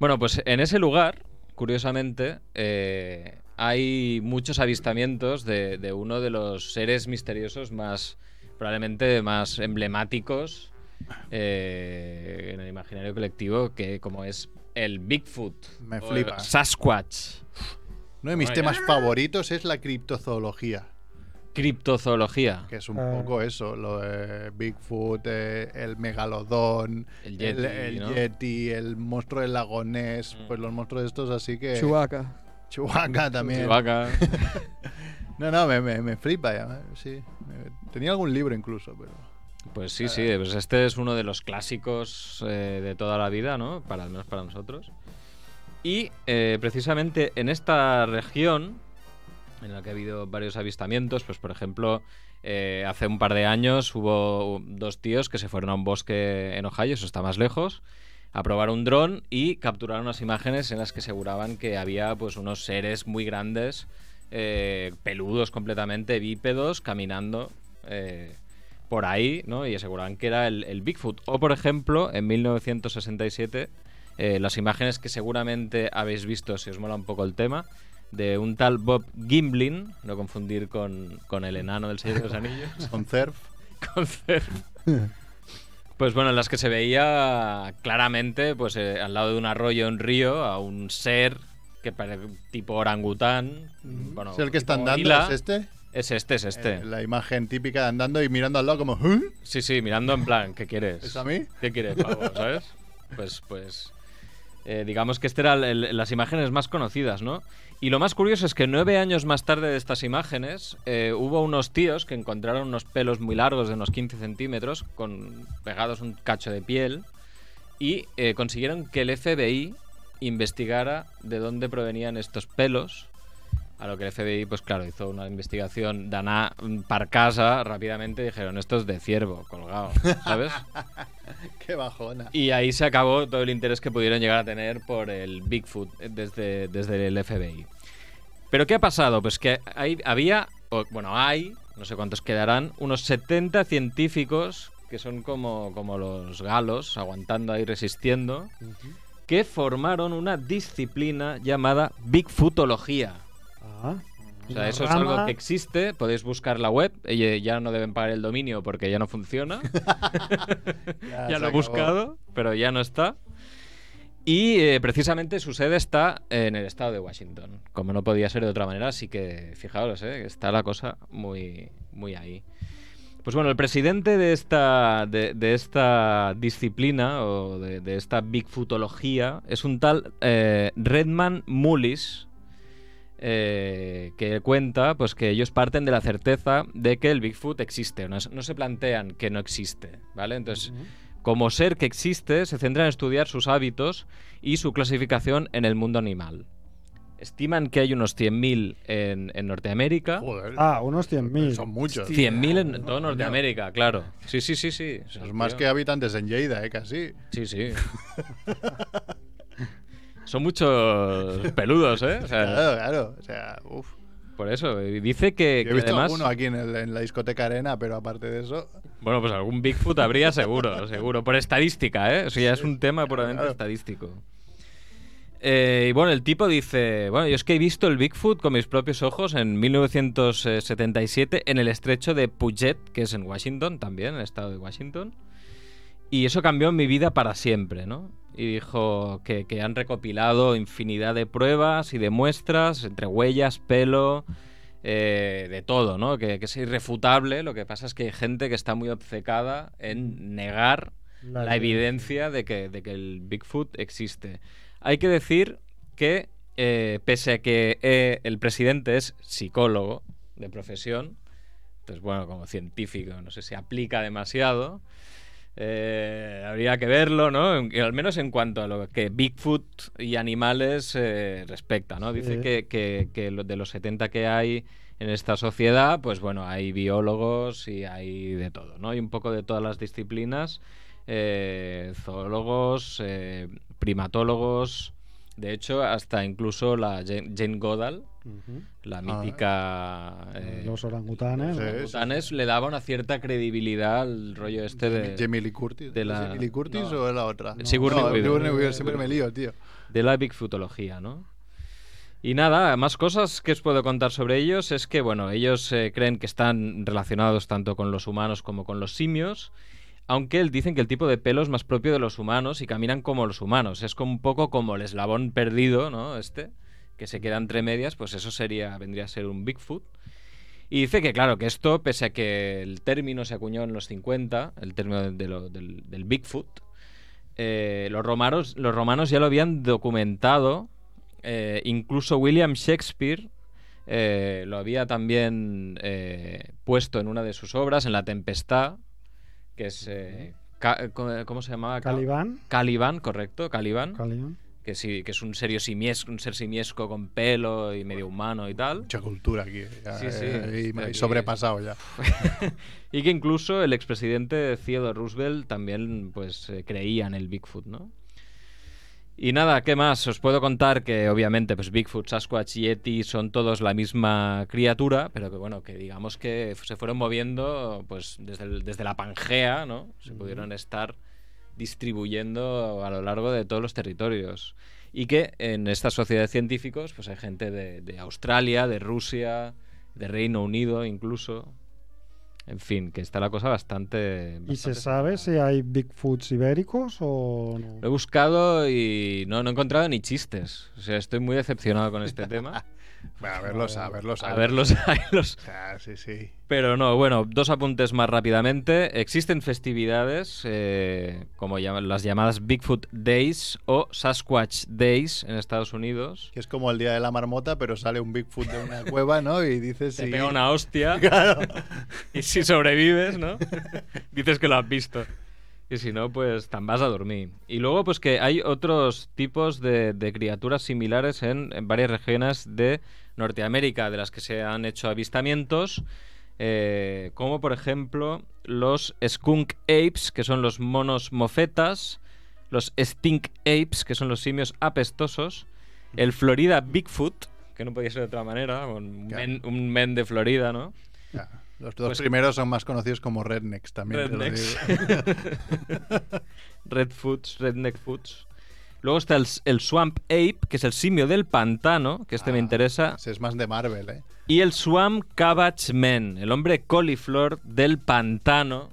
S2: Bueno, pues en ese lugar, curiosamente, eh, hay muchos avistamientos de, de uno de los seres misteriosos más, probablemente más emblemáticos eh, en el imaginario colectivo, que como es el Bigfoot.
S1: Me
S2: o
S1: flipa.
S2: el Sasquatch.
S1: Uno de mis
S2: Bueno,
S1: temas favoritos es la criptozoología,
S2: Criptozoología.
S1: que es un
S4: Ah.
S1: poco eso, lo de Bigfoot, eh, el megalodón,
S2: El
S1: el,
S2: Yeti,
S1: el
S2: ¿no?
S1: Yeti, el monstruo del lagonés,
S2: Mm.
S1: pues los monstruos estos así que...
S3: Chewbacca.
S1: Chewbacca también.
S2: Chewbacca.
S1: No, no, me, me- me flipa ya, sí. Me- Tenía algún libro incluso, pero...
S2: Pues sí, sí, pues este es uno de los clásicos eh, de toda la vida, ¿no? Para, al menos para nosotros. Y eh, precisamente en esta región, en la que ha habido varios avistamientos, pues por ejemplo, eh, hace un par de años hubo dos tíos que se fueron a un bosque en Ohio, eso está más lejos, a probar un dron y capturaron unas imágenes en las que aseguraban que había pues unos seres muy grandes, eh, peludos completamente, bípedos, caminando. eh, por ahí, ¿no? Y aseguraban que era el, el Bigfoot. O, por ejemplo, en 1967 eh, las imágenes que seguramente habéis visto, si os mola un poco el tema, de un tal Bob Gimblin, no confundir con, con el enano del Señor de los Anillos,
S1: Con surf.
S2: con Cer- Pues bueno, en las que se veía claramente, pues eh, al lado de un arroyo, un río, a un ser que parece tipo orangután. bueno,
S1: ¿Es el que
S2: tipo
S1: está andando?
S2: gorila.
S1: ¿Es este?
S2: Es este, es este.
S1: Eh, La imagen típica de andando y mirando al lado como... ¿Eh?
S2: Sí, sí, mirando en plan, ¿qué quieres?
S1: ¿Es a mí?
S2: ¿Qué quieres, pavo, sabes? Pues, pues... eh, digamos que este era el- el- las imágenes más conocidas, ¿no? Y lo más curioso es que nueve años más tarde de estas imágenes eh, hubo unos tíos que encontraron unos pelos muy largos de unos 15 centímetros con pegados un cacho de piel y eh, consiguieron que el FBI investigara de dónde provenían estos pelos a lo que el FBI, pues claro, hizo una investigación daná mm, par casa rápidamente. Dijeron, esto es de ciervo, colgado, ¿sabes?
S1: ¡Qué bajona!
S2: y ahí se acabó todo el interés que pudieron llegar a tener por el Bigfoot eh, desde, desde el FBI. Pero ¿qué ha pasado? Pues que hay- había, o, bueno, hay, no sé cuántos quedarán, unos 70 científicos que son como, como los galos, aguantando ahí, resistiendo, que formaron una disciplina llamada Bigfootología.
S4: Ah,
S2: O
S4: Una
S2: sea, eso es
S4: rama.
S2: algo que existe, podéis buscar la web, eh, ya no deben pagar el dominio porque ya no funciona,
S1: Ya,
S2: ya
S1: se
S2: lo he
S1: acabó.
S2: buscado, pero ya no está. Y eh, precisamente su sede está en el estado de Washington, como no podía ser de otra manera, así que fijaos, eh, que está la cosa muy, muy ahí. Pues bueno, el presidente de esta, de, de esta disciplina o de, de esta Bigfootología es un tal eh, Redman Mullis, eh, que cuenta pues que ellos parten de la certeza de que el Bigfoot existe, no, es- no se plantean que no existe, ¿vale? Entonces, como ser que existe, se centran en estudiar sus hábitos y su clasificación en el mundo animal. Estiman que hay unos 100.000 en, en Norteamérica.
S1: Joder,
S4: Ah, unos 100.000.
S1: son muchos.
S2: 100.000 en todo Norteamérica, claro. Sí, sí, sí, sí. O sea,
S1: Es más
S2: tío.
S1: que habitantes en Lleida, ¿eh? Casi.
S2: Sí, sí. Son muchos peludos, ¿eh? O sea,
S1: Claro, claro. O sea, uff.
S2: por eso. Y dice
S1: Yo
S2: que, que
S1: he visto
S2: además...
S1: alguno aquí en, el- en la discoteca Arena, pero aparte de eso...
S2: Bueno, pues algún Bigfoot habría seguro, seguro. Por estadística, ¿eh? O sea, ya es un tema puramente
S1: claro.
S2: estadístico. Eh, y bueno, el tipo dice, bueno, yo es que he visto el Bigfoot con mis propios ojos en 1977 en el estrecho de Puget, que es en Washington también, en el estado de Washington. Y eso cambió mi vida para siempre, ¿no? Y dijo que, que han recopilado infinidad de pruebas y de muestras, entre huellas, pelo, eh, de todo, ¿no? Que, que es irrefutable. Lo que pasa es que hay gente que está muy obcecada en negar la, evidencia de que, de que el Bigfoot existe. Hay que decir que, eh, pese a que eh, el presidente es psicólogo de profesión, entonces, pues bueno, como científico, no sé si aplica demasiado. eh, habría que verlo, ¿no? En- al menos en cuanto a lo que Bigfoot y animales eh, respecta, ¿no? Dice
S4: Sí.
S2: que, que- que lo- de los 70 que hay en esta sociedad, pues bueno, hay biólogos y hay de todo, ¿no? Hay un poco de todas las disciplinas, eh, zoólogos, eh, primatólogos, de hecho, hasta incluso la Jane, Jane Goodall,
S4: Ujú.
S2: la mítica... eh,
S4: Ah, Los orangutanes.
S1: sí.
S2: los orangutanes le daba una cierta credibilidad al rollo este de,
S1: Jamie Lee Curtis.
S2: de
S1: ¿Es
S2: la-
S1: Jamie Lee Curtis
S2: no.
S1: o es la otra?
S2: No. Sigourney Weaver.
S1: Sigourney Weaver, siempre me lío, tío.
S2: de la bigfootología, ¿no? Y nada, más cosas que os puedo contar sobre ellos es que, bueno, ellos eh, creen que están relacionados tanto con los humanos como con los simios, aunque él- dicen que el tipo de pelo es más propio de los humanos y caminan como los humanos. Es como un poco como el eslabón perdido, ¿no? Este, que se queda entre medias, pues eso sería, vendría a ser un Bigfoot. Y dice que, claro, que esto, pese a que el término se acuñó en los 50, el término de- de lo- del, del Bigfoot, eh, los, romanos, los romanos ya lo habían documentado, eh, incluso William Shakespeare eh, lo había también eh, puesto en una de sus obras, en La Tempestad, que es... eh, ca- co- ¿Cómo se llamaba? Ca-
S4: Calibán.
S2: Caliban, correcto, Caliban.
S4: Calibán.
S2: que, sí, que es un, serio simiesco, un ser simiesco con pelo y medio humano y tal.
S1: Mucha cultura aquí. ya,
S2: Sí, sí,
S1: eh, y me-
S2: aquí-
S1: y sobrepasado ya.
S2: Y que incluso el expresidente Theodore Roosevelt también pues eh, creía en el Bigfoot, ¿no? Y nada, ¿qué más? Os puedo contar que obviamente pues Bigfoot, Sasquatch y Yeti son todos la misma criatura, pero que bueno, que digamos que f- se fueron moviendo pues desde, el- desde la Pangea, ¿no? Se pudieron estar distribuyendo a lo largo de todos los territorios. Y que en esta sociedad de científicos pues hay gente de, de Australia, de Rusia, de Reino Unido incluso. En fin, que está la cosa bastante...
S4: ¿Y se
S2: bastante separada.
S4: sabe si hay Bigfoots ibéricos o no?
S2: Lo he buscado y no, no he encontrado ni chistes. O sea, estoy muy decepcionado con este tema.
S1: Bueno, a verlos, a verlos.
S2: A ver los hay los-
S1: Ah, sí, sí.
S2: Pero no, bueno, dos apuntes más rápidamente. Existen festividades eh, como llaman- las llamadas Bigfoot Days o Sasquatch Days en Estados Unidos.
S1: Que es como el día de la marmota, pero sale un Bigfoot de una cueva, ¿no? Y dices.
S2: Te
S1: sí.
S2: pega una hostia
S1: Claro.
S2: y si sobrevives, ¿no? Dices que lo has visto. Y si no, pues tan vas a dormir. Y luego, pues que hay otros tipos de, de criaturas similares en, en varias regiones de Norteamérica, de las que se han hecho avistamientos, eh, como por ejemplo los skunk apes, que son los monos mofetas, los stink apes, que son los simios apestosos, el Florida Bigfoot, que no podía ser de otra manera, un
S1: Claro.
S2: men, un men de Florida, ¿no?
S1: Ya, Los dos
S2: Pues-
S1: primeros son más conocidos como rednecks también. te lo
S2: Rednecks.
S1: digo.
S2: Red Foods, Redneck Foods. Luego está el, s- el Swamp Ape, que es el simio del pantano, que este me
S1: Ah,
S2: interesa.
S1: Ese es más de Marvel, ¿eh?
S2: Y el Swamp Cabbage Man, el hombre coliflor del pantano.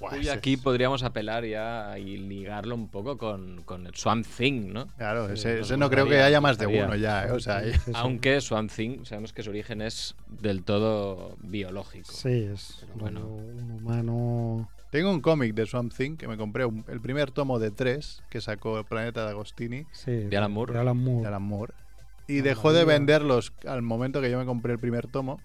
S1: Buah,
S2: cuyo
S1: ese
S2: aquí pues,
S1: es-
S2: podríamos apelar ya y ligarlo un poco con, con el Swamp Thing, ¿no?
S1: Claro, ese,
S2: nos
S1: ese no creo que
S2: pues gustaría,
S1: haya
S2: nos
S1: más de
S2: gustaría.
S1: uno ya, ¿eh? O sea, ahí-
S4: Sí, sí.
S2: Aunque Swamp Thing, sabemos que su origen es del todo biológico.
S4: Sí, es
S2: Pero bueno.
S4: rollo un humano.
S1: Tengo un cómic de Swamp Thing que me compré, un- el primer tomo de tres que sacó el planeta de Agostini,
S4: Sí,
S2: De Alan Moore.
S4: de Alan Moore.
S1: de Alan Moore, y dejó de
S4: maravilla.
S1: venderlos al momento que yo me compré el primer tomo.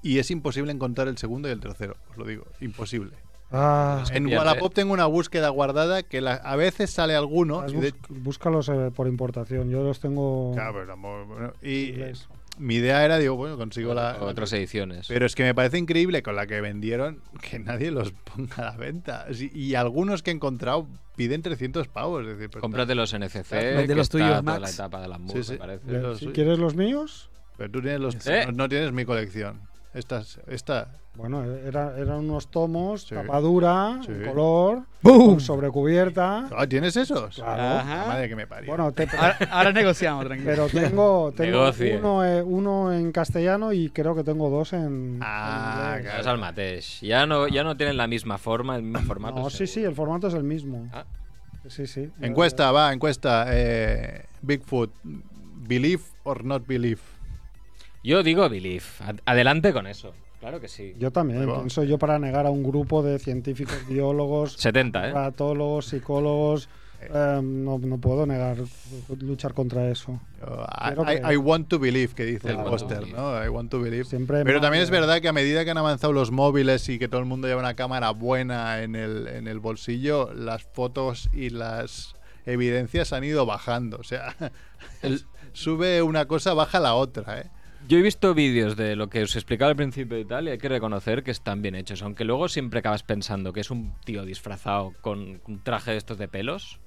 S1: Y es imposible encontrar el segundo y el tercero, os lo digo, imposible.
S4: Ah,
S1: En
S2: pierde.
S1: Wallapop tengo una búsqueda guardada que la- a veces sale alguno.
S4: has
S1: Y, de-
S4: bus- búscalos eh, por importación. Yo los tengo.
S1: Claro, pero tampoco- bueno, y, eh,
S4: inglés.
S1: mi idea era, digo, bueno, consigo la.
S2: O otras ediciones.
S1: Pero es que me parece increíble con la que vendieron que nadie los ponga a la venta. Sí, Y algunos que he encontrado piden 300 pavos. Es decir, pero-
S2: Cómprate los NCC,
S3: Vende
S2: que
S3: los
S2: está
S3: tuyos,
S2: toda la
S3: Max.
S2: etapa de las
S1: Sí, sí.
S2: me parece.
S4: Le-
S1: los
S4: si
S1: suyos.
S4: quieres los míos,
S1: Pero tú tienes los,
S2: ¿Eh?
S1: no, no tienes mi colección. Esta, es- esta
S4: bueno, era- eran unos tomos,
S1: Sí.
S4: tapadura,
S1: Sí.
S4: en color, con sobrecubierta.
S1: Ah, ¿Tienes esos?
S4: Claro.
S1: La
S2: Ah.
S3: Ajá.
S1: madre que me parió.
S4: Bueno, te-
S3: Ahora, ahora negociamos, tranquilo.
S4: pero tengo, tengo
S2: Negocie.
S4: uno, eh, uno en castellano y creo que tengo dos en.
S1: Ah,
S4: en inglés.
S2: No es el mateix. Ya no, ya no tienen la misma forma, el mismo formato.
S4: No, sí, sí,
S2: seguro.
S4: el formato es el mismo.
S2: Ah.
S4: Sí, sí.
S1: encuesta, va, encuesta. eh, Bigfoot, ¿believe or not believe?
S2: Yo digo believe. Ad- Adelante con eso. Claro que sí.
S4: Yo también,
S1: Ahí va.
S4: ¿quién soy yo para negar a un grupo de científicos, biólogos,
S2: 70, ¿eh?
S4: ratólogos, psicólogos? Eh, no, no puedo negar, luchar contra eso.
S1: Yo,
S4: Quiero
S1: I, I-
S4: creer.
S1: I want to believe, que dice el
S2: I want to
S1: póster,
S2: believe.
S1: ¿no? I want to believe.
S4: Siempre
S1: Pero
S4: más,
S1: también es
S4: eh,
S1: verdad que a medida que han avanzado los móviles y que todo el mundo lleva una cámara buena en el, en el bolsillo, las fotos y las evidencias han ido bajando. O sea,
S2: El-
S1: sube una cosa, baja la otra, ¿eh?
S2: yo he visto vídeos de lo que os explicaba al principio y tal, y hay que reconocer que están bien hechos. Aunque luego siempre acabas pensando que es un tío disfrazado con un traje de estos de pelos.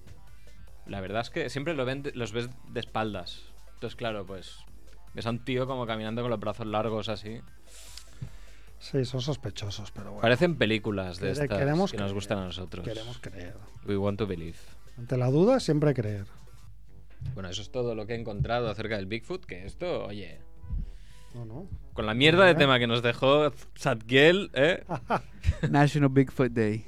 S2: La verdad es que siempre lo ven, de- los ves de espaldas. Entonces, claro, pues. Ves a un tío como caminando con los brazos largos así.
S4: Sí, son sospechosos, pero bueno.
S2: Parecen películas de
S4: Quere-
S2: estas
S4: queremos
S2: que nos
S4: creer.
S2: gustan a nosotros.
S4: Queremos creer.
S2: We want to believe.
S4: Ante la duda, siempre creer.
S2: Bueno, eso es todo lo que he encontrado acerca del Bigfoot, que esto, oye,
S4: No, no.
S2: con la mierda de
S4: Mira.
S2: tema que nos dejó Zadkiel, ¿eh?
S3: National Bigfoot Day.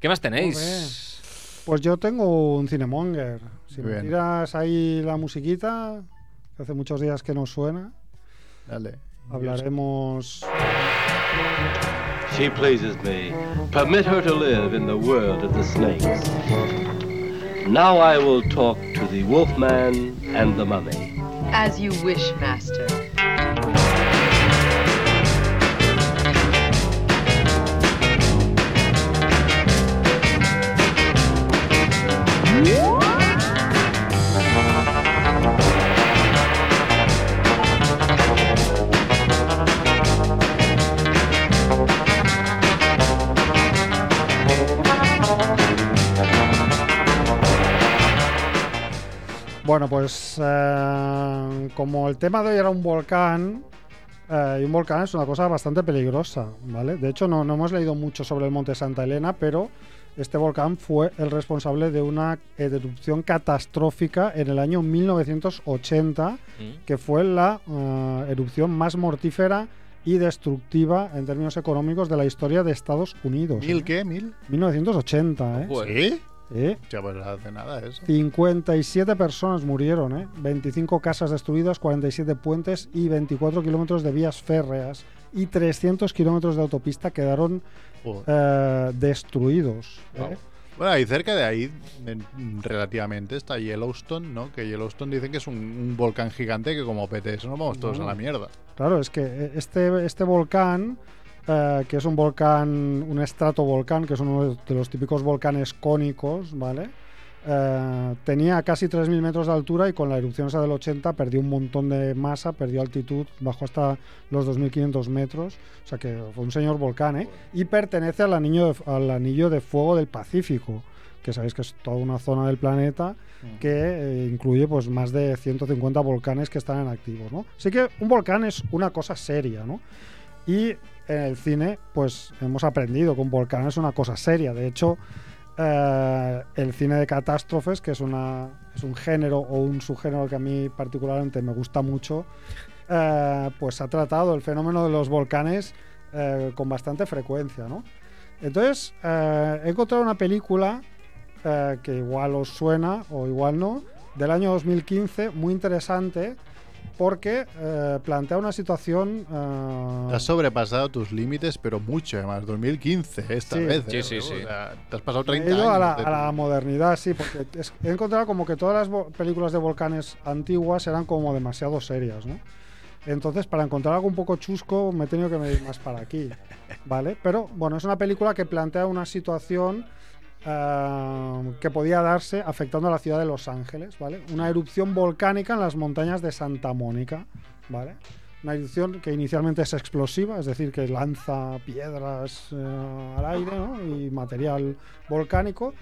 S2: ¿Qué más tenéis?
S4: Pues yo tengo un Cinemonger. Si
S1: Muy
S4: me
S1: bien.
S4: tiras ahí la musiquita, que hace muchos días que no suena,
S1: Dale.
S4: hablaremos.
S5: She pleases me. Permit her to live in the world of the snakes. Now I will talk to the wolfman and the mummy.
S6: As you wish, Master.
S4: Bueno, pues eh, como el tema de hoy era un volcán, eh, y un volcán es una cosa bastante peligrosa, ¿vale? De hecho, no, no hemos leído mucho sobre el monte Santa Elena, pero este volcán fue el responsable de una eh, erupción catastrófica en el año 1980,
S2: ¿Mm?
S4: que fue la eh, erupción más mortífera y destructiva en términos económicos de la historia de Estados Unidos.
S1: ¿Mil
S4: ¿eh?
S1: qué? ¿Mil?
S4: 1980, ¿eh?
S2: Joder.
S1: ¿Sí?
S4: ¿Eh?
S1: Ya, pues hace nada eso.
S4: 57 personas murieron, ¿eh? 25 casas destruidas, 47 puentes y 24 kilómetros de vías férreas y 300 kilómetros de autopista quedaron
S1: Joder.
S4: eh, destruidos. ¿eh?
S2: Wow.
S1: Bueno, ahí cerca de ahí, en- relativamente, está Yellowstone, ¿no? Que Yellowstone dicen que es un, un volcán gigante que como pete eso nos vamos todos
S4: No.
S1: a la mierda.
S4: Claro, es que eh, este, este volcán, eh, que es un volcán, un estratovolcán, que es uno de los típicos volcanes cónicos, ¿vale? Eh, tenía casi 3.000 metros de altura y con la erupción esa del 80 perdió un montón de masa, perdió altitud, bajó hasta los 2.500 metros, o sea que fue un señor volcán, ¿eh? Y pertenece al anillo de- al anillo de fuego del Pacífico, que sabéis que es toda una zona del planeta que eh, incluye pues más de 150 volcanes que están en activo, ¿no? Así que un volcán es una cosa seria, ¿no? Y en el cine, pues hemos aprendido que un volcán es una cosa seria. De hecho, eh, el cine de catástrofes, que es, una, es un género o un subgénero que a mí particularmente me gusta mucho, eh, pues ha tratado el fenómeno de los volcanes eh, con bastante frecuencia, ¿no? Entonces, eh, he encontrado una película eh, que igual os suena o igual no, del año 2015, muy interesante, porque eh, plantea una situación... eh,
S1: Te has sobrepasado tus límites, pero mucho, además. 2015, esta
S4: Sí.
S1: vez.
S2: Sí,
S1: ¿eh?
S2: sí,
S1: O
S2: sí.
S1: sea, te has pasado
S4: Me
S1: 30
S4: he ido
S1: años.
S4: a la,
S1: de
S4: a la
S1: tu-
S4: modernidad, sí, porque es- he encontrado como que todas las vo- películas de volcanes antiguas eran como demasiado serias, ¿no? Entonces, para encontrar algo un poco chusco, me he tenido que medir más para aquí, ¿vale? Pero bueno, es una película que plantea una situación ah, que podía darse afectando a la ciudad de Los Ángeles, ¿vale? Una erupción volcánica en las montañas de Santa Mónica, ¿vale? Una erupción que inicialmente es explosiva, es decir, que lanza piedras eh, al aire ¿no? y material volcánico,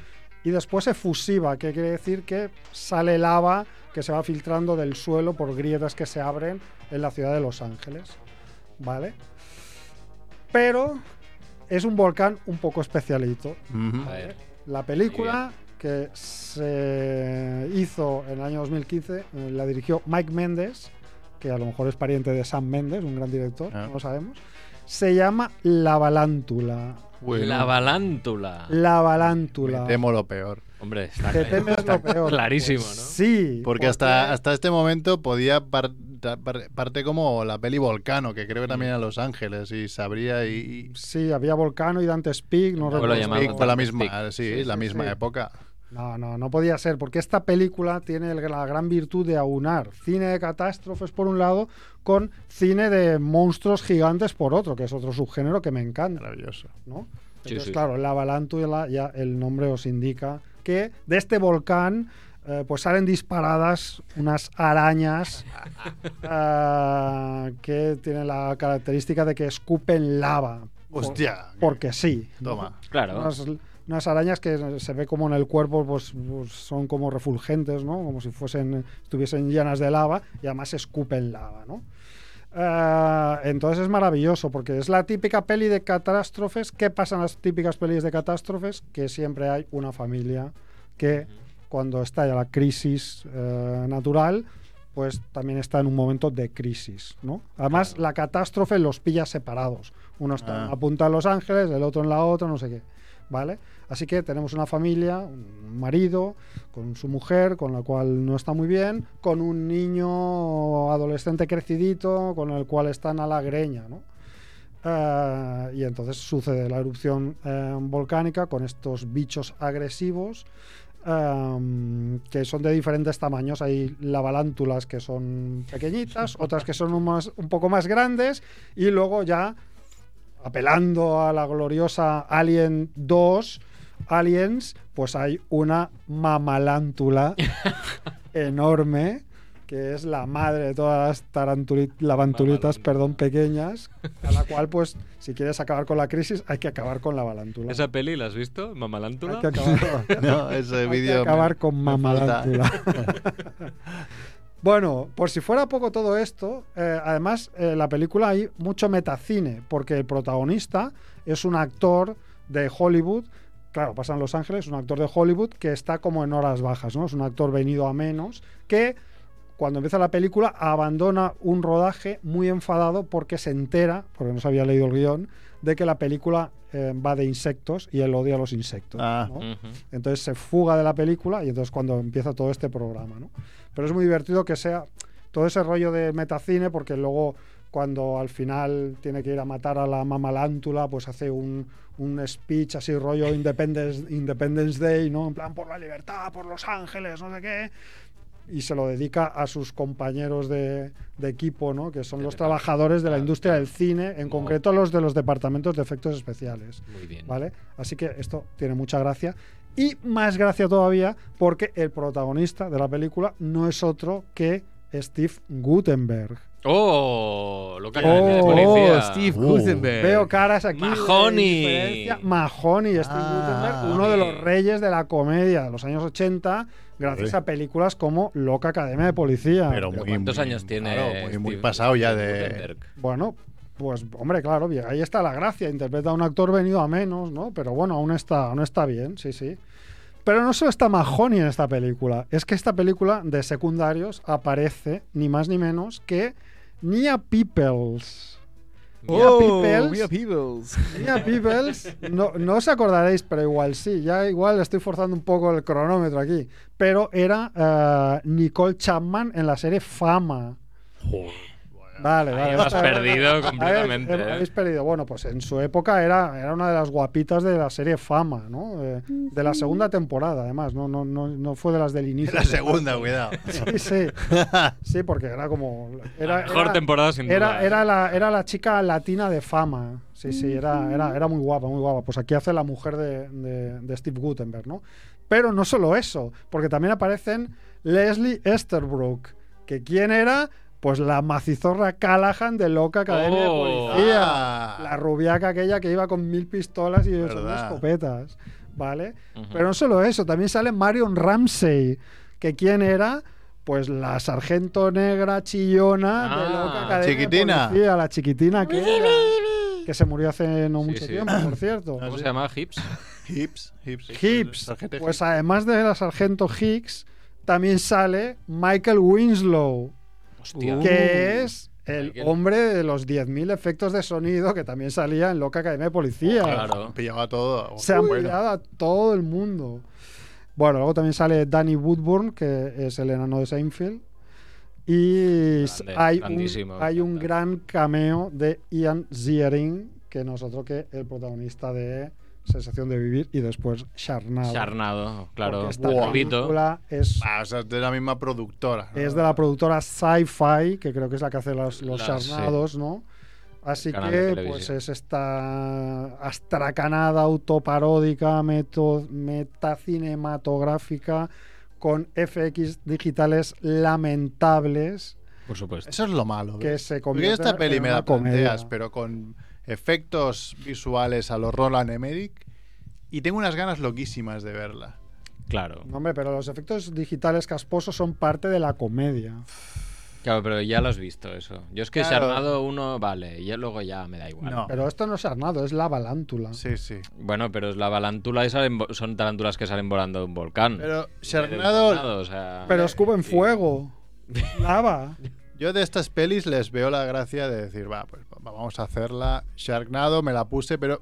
S4: y después efusiva, que quiere decir que sale lava que se va filtrando del suelo por grietas que se abren en la ciudad de Los Ángeles. ¿Vale? Pero es un volcán un poco especialito.
S1: Ujú.
S2: Mm. A ver.
S4: La película que se hizo en el año 2015 eh, la dirigió Mike Méndez, que a lo mejor es pariente de Sam Méndez, un gran director,
S1: Ah.
S4: no lo sabemos. Se llama La Balántula.
S1: Bueno,
S2: La balántula.
S4: La
S1: me
S4: Balántula.
S1: temo lo peor.
S2: Hombre, está,
S4: Te temes lo
S2: está
S4: peor.
S2: clarísimo, ¿no?
S4: Sí.
S1: Porque hasta, hasta este momento podía par- ta- par- parte como la peli Volcano, que creo que
S2: Mm.
S1: también a Los Ángeles, y sabría y... y-
S4: Sí, había Volcano y Dante's Peak. No,
S2: Luego lo
S4: recuerdo.
S2: llamaban
S1: Peak fue la
S2: Dante's
S1: misma,
S2: Peak.
S1: sí,
S2: Sí,
S1: la
S4: sí,
S1: misma
S4: sí.
S1: época.
S4: No, no, no podía ser, porque esta película tiene el- la gran virtud de aunar cine de catástrofes por un lado con cine de monstruos gigantes por otro, que es otro subgénero que me encanta,
S1: Maravilloso.
S4: ¿no?
S2: Sí,
S4: Entonces,
S2: sí.
S4: claro, la balántula, ya el nombre os indica que de este volcán eh, pues salen disparadas unas arañas ah, que tienen la característica de que escupen lava,
S1: Hostia.
S4: porque sí. ¿no?
S1: Toma.
S2: Claro.
S4: Unas, unas arañas que se ve como en el cuerpo pues, pues, son como refulgentes, ¿no? Como si fuesen, estuviesen llenas de lava y además escupen lava, ¿no? Ah, entonces es maravilloso porque es la típica peli de catástrofes. ¿Qué pasan las típicas pelis de catástrofes? Que siempre hay una familia que cuando estalla la crisis eh, natural, pues también está en un momento de crisis, ¿no? Además, la catástrofe los pilla separados. Uno está en
S1: Ah.
S4: una punta de Los Ángeles, el otro en la otra, no sé qué, ¿vale? Así que tenemos una familia, un marido, con su mujer, con la cual no está muy bien, con un niño adolescente crecidito, con el cual están a la greña, ¿no? Eh, y entonces sucede la erupción eh, volcánica con estos bichos agresivos em, que son de diferentes tamaños. Hay lavalántulas que son pequeñitas, otras que son un, más- un poco más grandes y luego ya apelando a la gloriosa Alien 2, Aliens, pues hay una mamalántula enorme que es la madre de todas las tarantuli- lavantulitas,
S2: Mamalántula.
S4: perdón, pequeñas, a la cual, pues, si quieres acabar con la crisis, hay que acabar con la balántula.
S2: ¿Esa peli la has visto? ¿Mamalántula?
S4: Hay que acabar,
S1: No, ese
S4: hay que
S1: vídeo... me-
S4: acabar con
S1: me falta.
S4: mamalántula. Bueno, por si fuera poco todo esto, eh, además eh, la película hay mucho metacine, porque el protagonista es un actor de Hollywood, claro, pasa en Los Ángeles, un actor de Hollywood que está como en horas bajas, ¿no? Es un actor venido a menos, que cuando empieza la película abandona un rodaje muy enfadado porque se entera, porque no se había leído el guión, de que la película eh, va de insectos y él odia los insectos.
S1: Ah.
S4: ¿no?
S2: Ujú.
S4: Entonces se fuga de la película y entonces cuando empieza todo este programa, ¿no? Pero es muy divertido que sea todo ese rollo de metacine porque luego cuando al final tiene que ir a matar a la mamalántula, pues hace un, un speech así rollo Independence, Independence Day, ¿no? En plan, por la libertad, por Los Ángeles, no sé qué. Y se lo dedica a sus compañeros de, de equipo, ¿no? Que son
S2: De
S4: los
S2: verdad.
S4: trabajadores de la
S2: Claro,
S4: industria
S2: claro.
S4: del cine, en
S2: Mo-
S4: concreto los de los departamentos de efectos especiales.
S2: Muy bien.
S4: ¿vale? Así que esto tiene mucha gracia. Y más gracia todavía porque el protagonista de la película no es otro que Steve Gutenberg.
S2: ¡Oh! Lo que
S4: Oh,
S2: acaba de decir el
S4: oh,
S2: policía.
S3: Steve
S1: Uh.
S3: Gutenberg.
S4: Veo caras aquí. de
S2: Mahoney.
S4: diferencia. Mahoney, Steve
S1: Ah,
S4: Gutenberg, uno de los
S2: sí.
S4: reyes de la comedia de los años 80, gracias
S1: Sí.
S4: a películas como Loca Academia de Policía.
S1: Eh. Pero muy,
S2: ¿Cuántos
S1: muy-
S2: años tiene?
S1: claro, muy, muy
S2: Steve-
S1: pasado ya
S2: Steve
S1: de...
S2: Gutenberg?
S4: Bueno, pues hombre, claro, bien, ahí está la gracia. Interpreta a un actor venido a menos, ¿no? Pero bueno, aún está, aún está bien, sí, sí. Pero no solo está Mahoney en esta película, es que esta película de secundarios aparece ni más ni menos que Nia Peoples. Mia
S3: Oh,
S4: Peoples.
S3: Mia Peoples.
S4: Nia Peoples, no, no os acordaréis, pero igual sí, ya igual estoy forzando un poco el cronómetro aquí. Pero era eh, Nicole Chapman en la serie Fama. Vale, vale.
S2: Ahí lo has
S4: esta-
S2: perdido
S4: habéis-
S2: completamente. ¿eh?
S4: Habéis, perdido. Bueno, pues en su época era, era una de las guapitas de la serie Fama, ¿no? Eh, de la segunda temporada, además. No, no, no, no fue de las del inicio.
S1: La segunda, cuidado.
S4: Sí, sí. Sí, porque era como. Era,
S2: la mejor
S4: era-
S2: temporada sin duda. ¿eh?
S4: era, era, la, era la chica latina de fama. Sí, sí, era, era, era muy guapa, muy guapa. Pues aquí hace la mujer de, de- de Steve Gutenberg, ¿no? Pero no solo eso, porque también aparecen Leslie Esterbrook, que quién era, pues la macizorra Callahan de Loca Academia
S2: Oh.
S4: de Policía.
S1: Ah.
S4: La rubiaca aquella que iba con mil pistolas y son
S1: Verdad.
S4: escopetas, ¿vale?
S2: Ujú.
S4: Pero no solo eso, también sale Marion Ramsey, que quién era, pues la sargento negra chillona de
S2: Ah,
S4: loca academia de
S1: chiquitina.
S4: policía, la chiquitina que, era, que se murió hace no
S2: Sí, sí.
S4: mucho
S2: Ah,
S4: tiempo, por cierto.
S2: ¿Cómo se llama? ¿Hips?
S1: Hips, hips.
S4: Hips,
S1: Sargento
S4: pues
S1: Hips.
S4: además de la sargento Hicks, también sale Michael Winslow,
S2: Hostia.
S4: que es el
S2: Uh. Michael.
S4: hombre de los 10.000 efectos de sonido que también salía en Loca Academia de Policía.
S2: Claro.
S1: Pillaba todo.
S4: Se han
S1: Bueno.
S4: pillado a todo el mundo. Bueno, luego también sale Danny Woodburn, que es el enano de Seinfeld. Y s-
S2: Grande,
S4: hay, un,
S2: grandísimo,
S4: hay un
S2: encanta.
S4: gran cameo de Ian Ziering, que no es otro que el protagonista de Sensación de Vivir y después
S1: Ah,
S4: Charnado.
S2: Charnado, claro.
S4: Porque esta
S1: Wow.
S2: Gordito.
S4: película es,
S1: Ah, o sea, es de la misma productora. ¿no?
S4: es de la productora Sci-Fi, que creo que es la que hace los, los
S2: La- sí.
S4: Charnados, ¿no? Así
S2: Canal de
S4: que pues
S2: televisión.
S4: es esta astracanada autoparódica, meto- metacinematográfica, con FX digitales lamentables,
S2: Por supuesto.
S1: Eso es lo malo.
S4: que
S1: ¿ves?
S4: se
S1: Porque
S4: convierte
S1: esta peli
S4: en
S1: me
S4: una
S1: la
S4: comedia.
S1: planteas, pero con efectos visuales a los Roland Emmerich. Y tengo unas ganas loquísimas de verla.
S2: Claro.
S4: No, hombre, pero los efectos digitales casposos son parte de la comedia.
S2: Claro, pero ya lo has visto eso. Yo es que
S1: Claro.
S2: Charnado uno, vale, y luego ya me da igual.
S1: No.
S4: Pero esto no es armado, es la balántula.
S1: Sí, sí.
S2: Bueno, pero es la balántula y salen vo- son tarántulas que salen volando de un volcán.
S1: Pero,
S2: Y del
S1: Charnado,
S2: tornado, o sea,
S4: Pero escupen
S2: sí.
S4: fuego. Lava.
S1: yo de estas pelis les veo la gracia de decir, va, pues va- vamos a hacerla. Sharknado me la puse, pero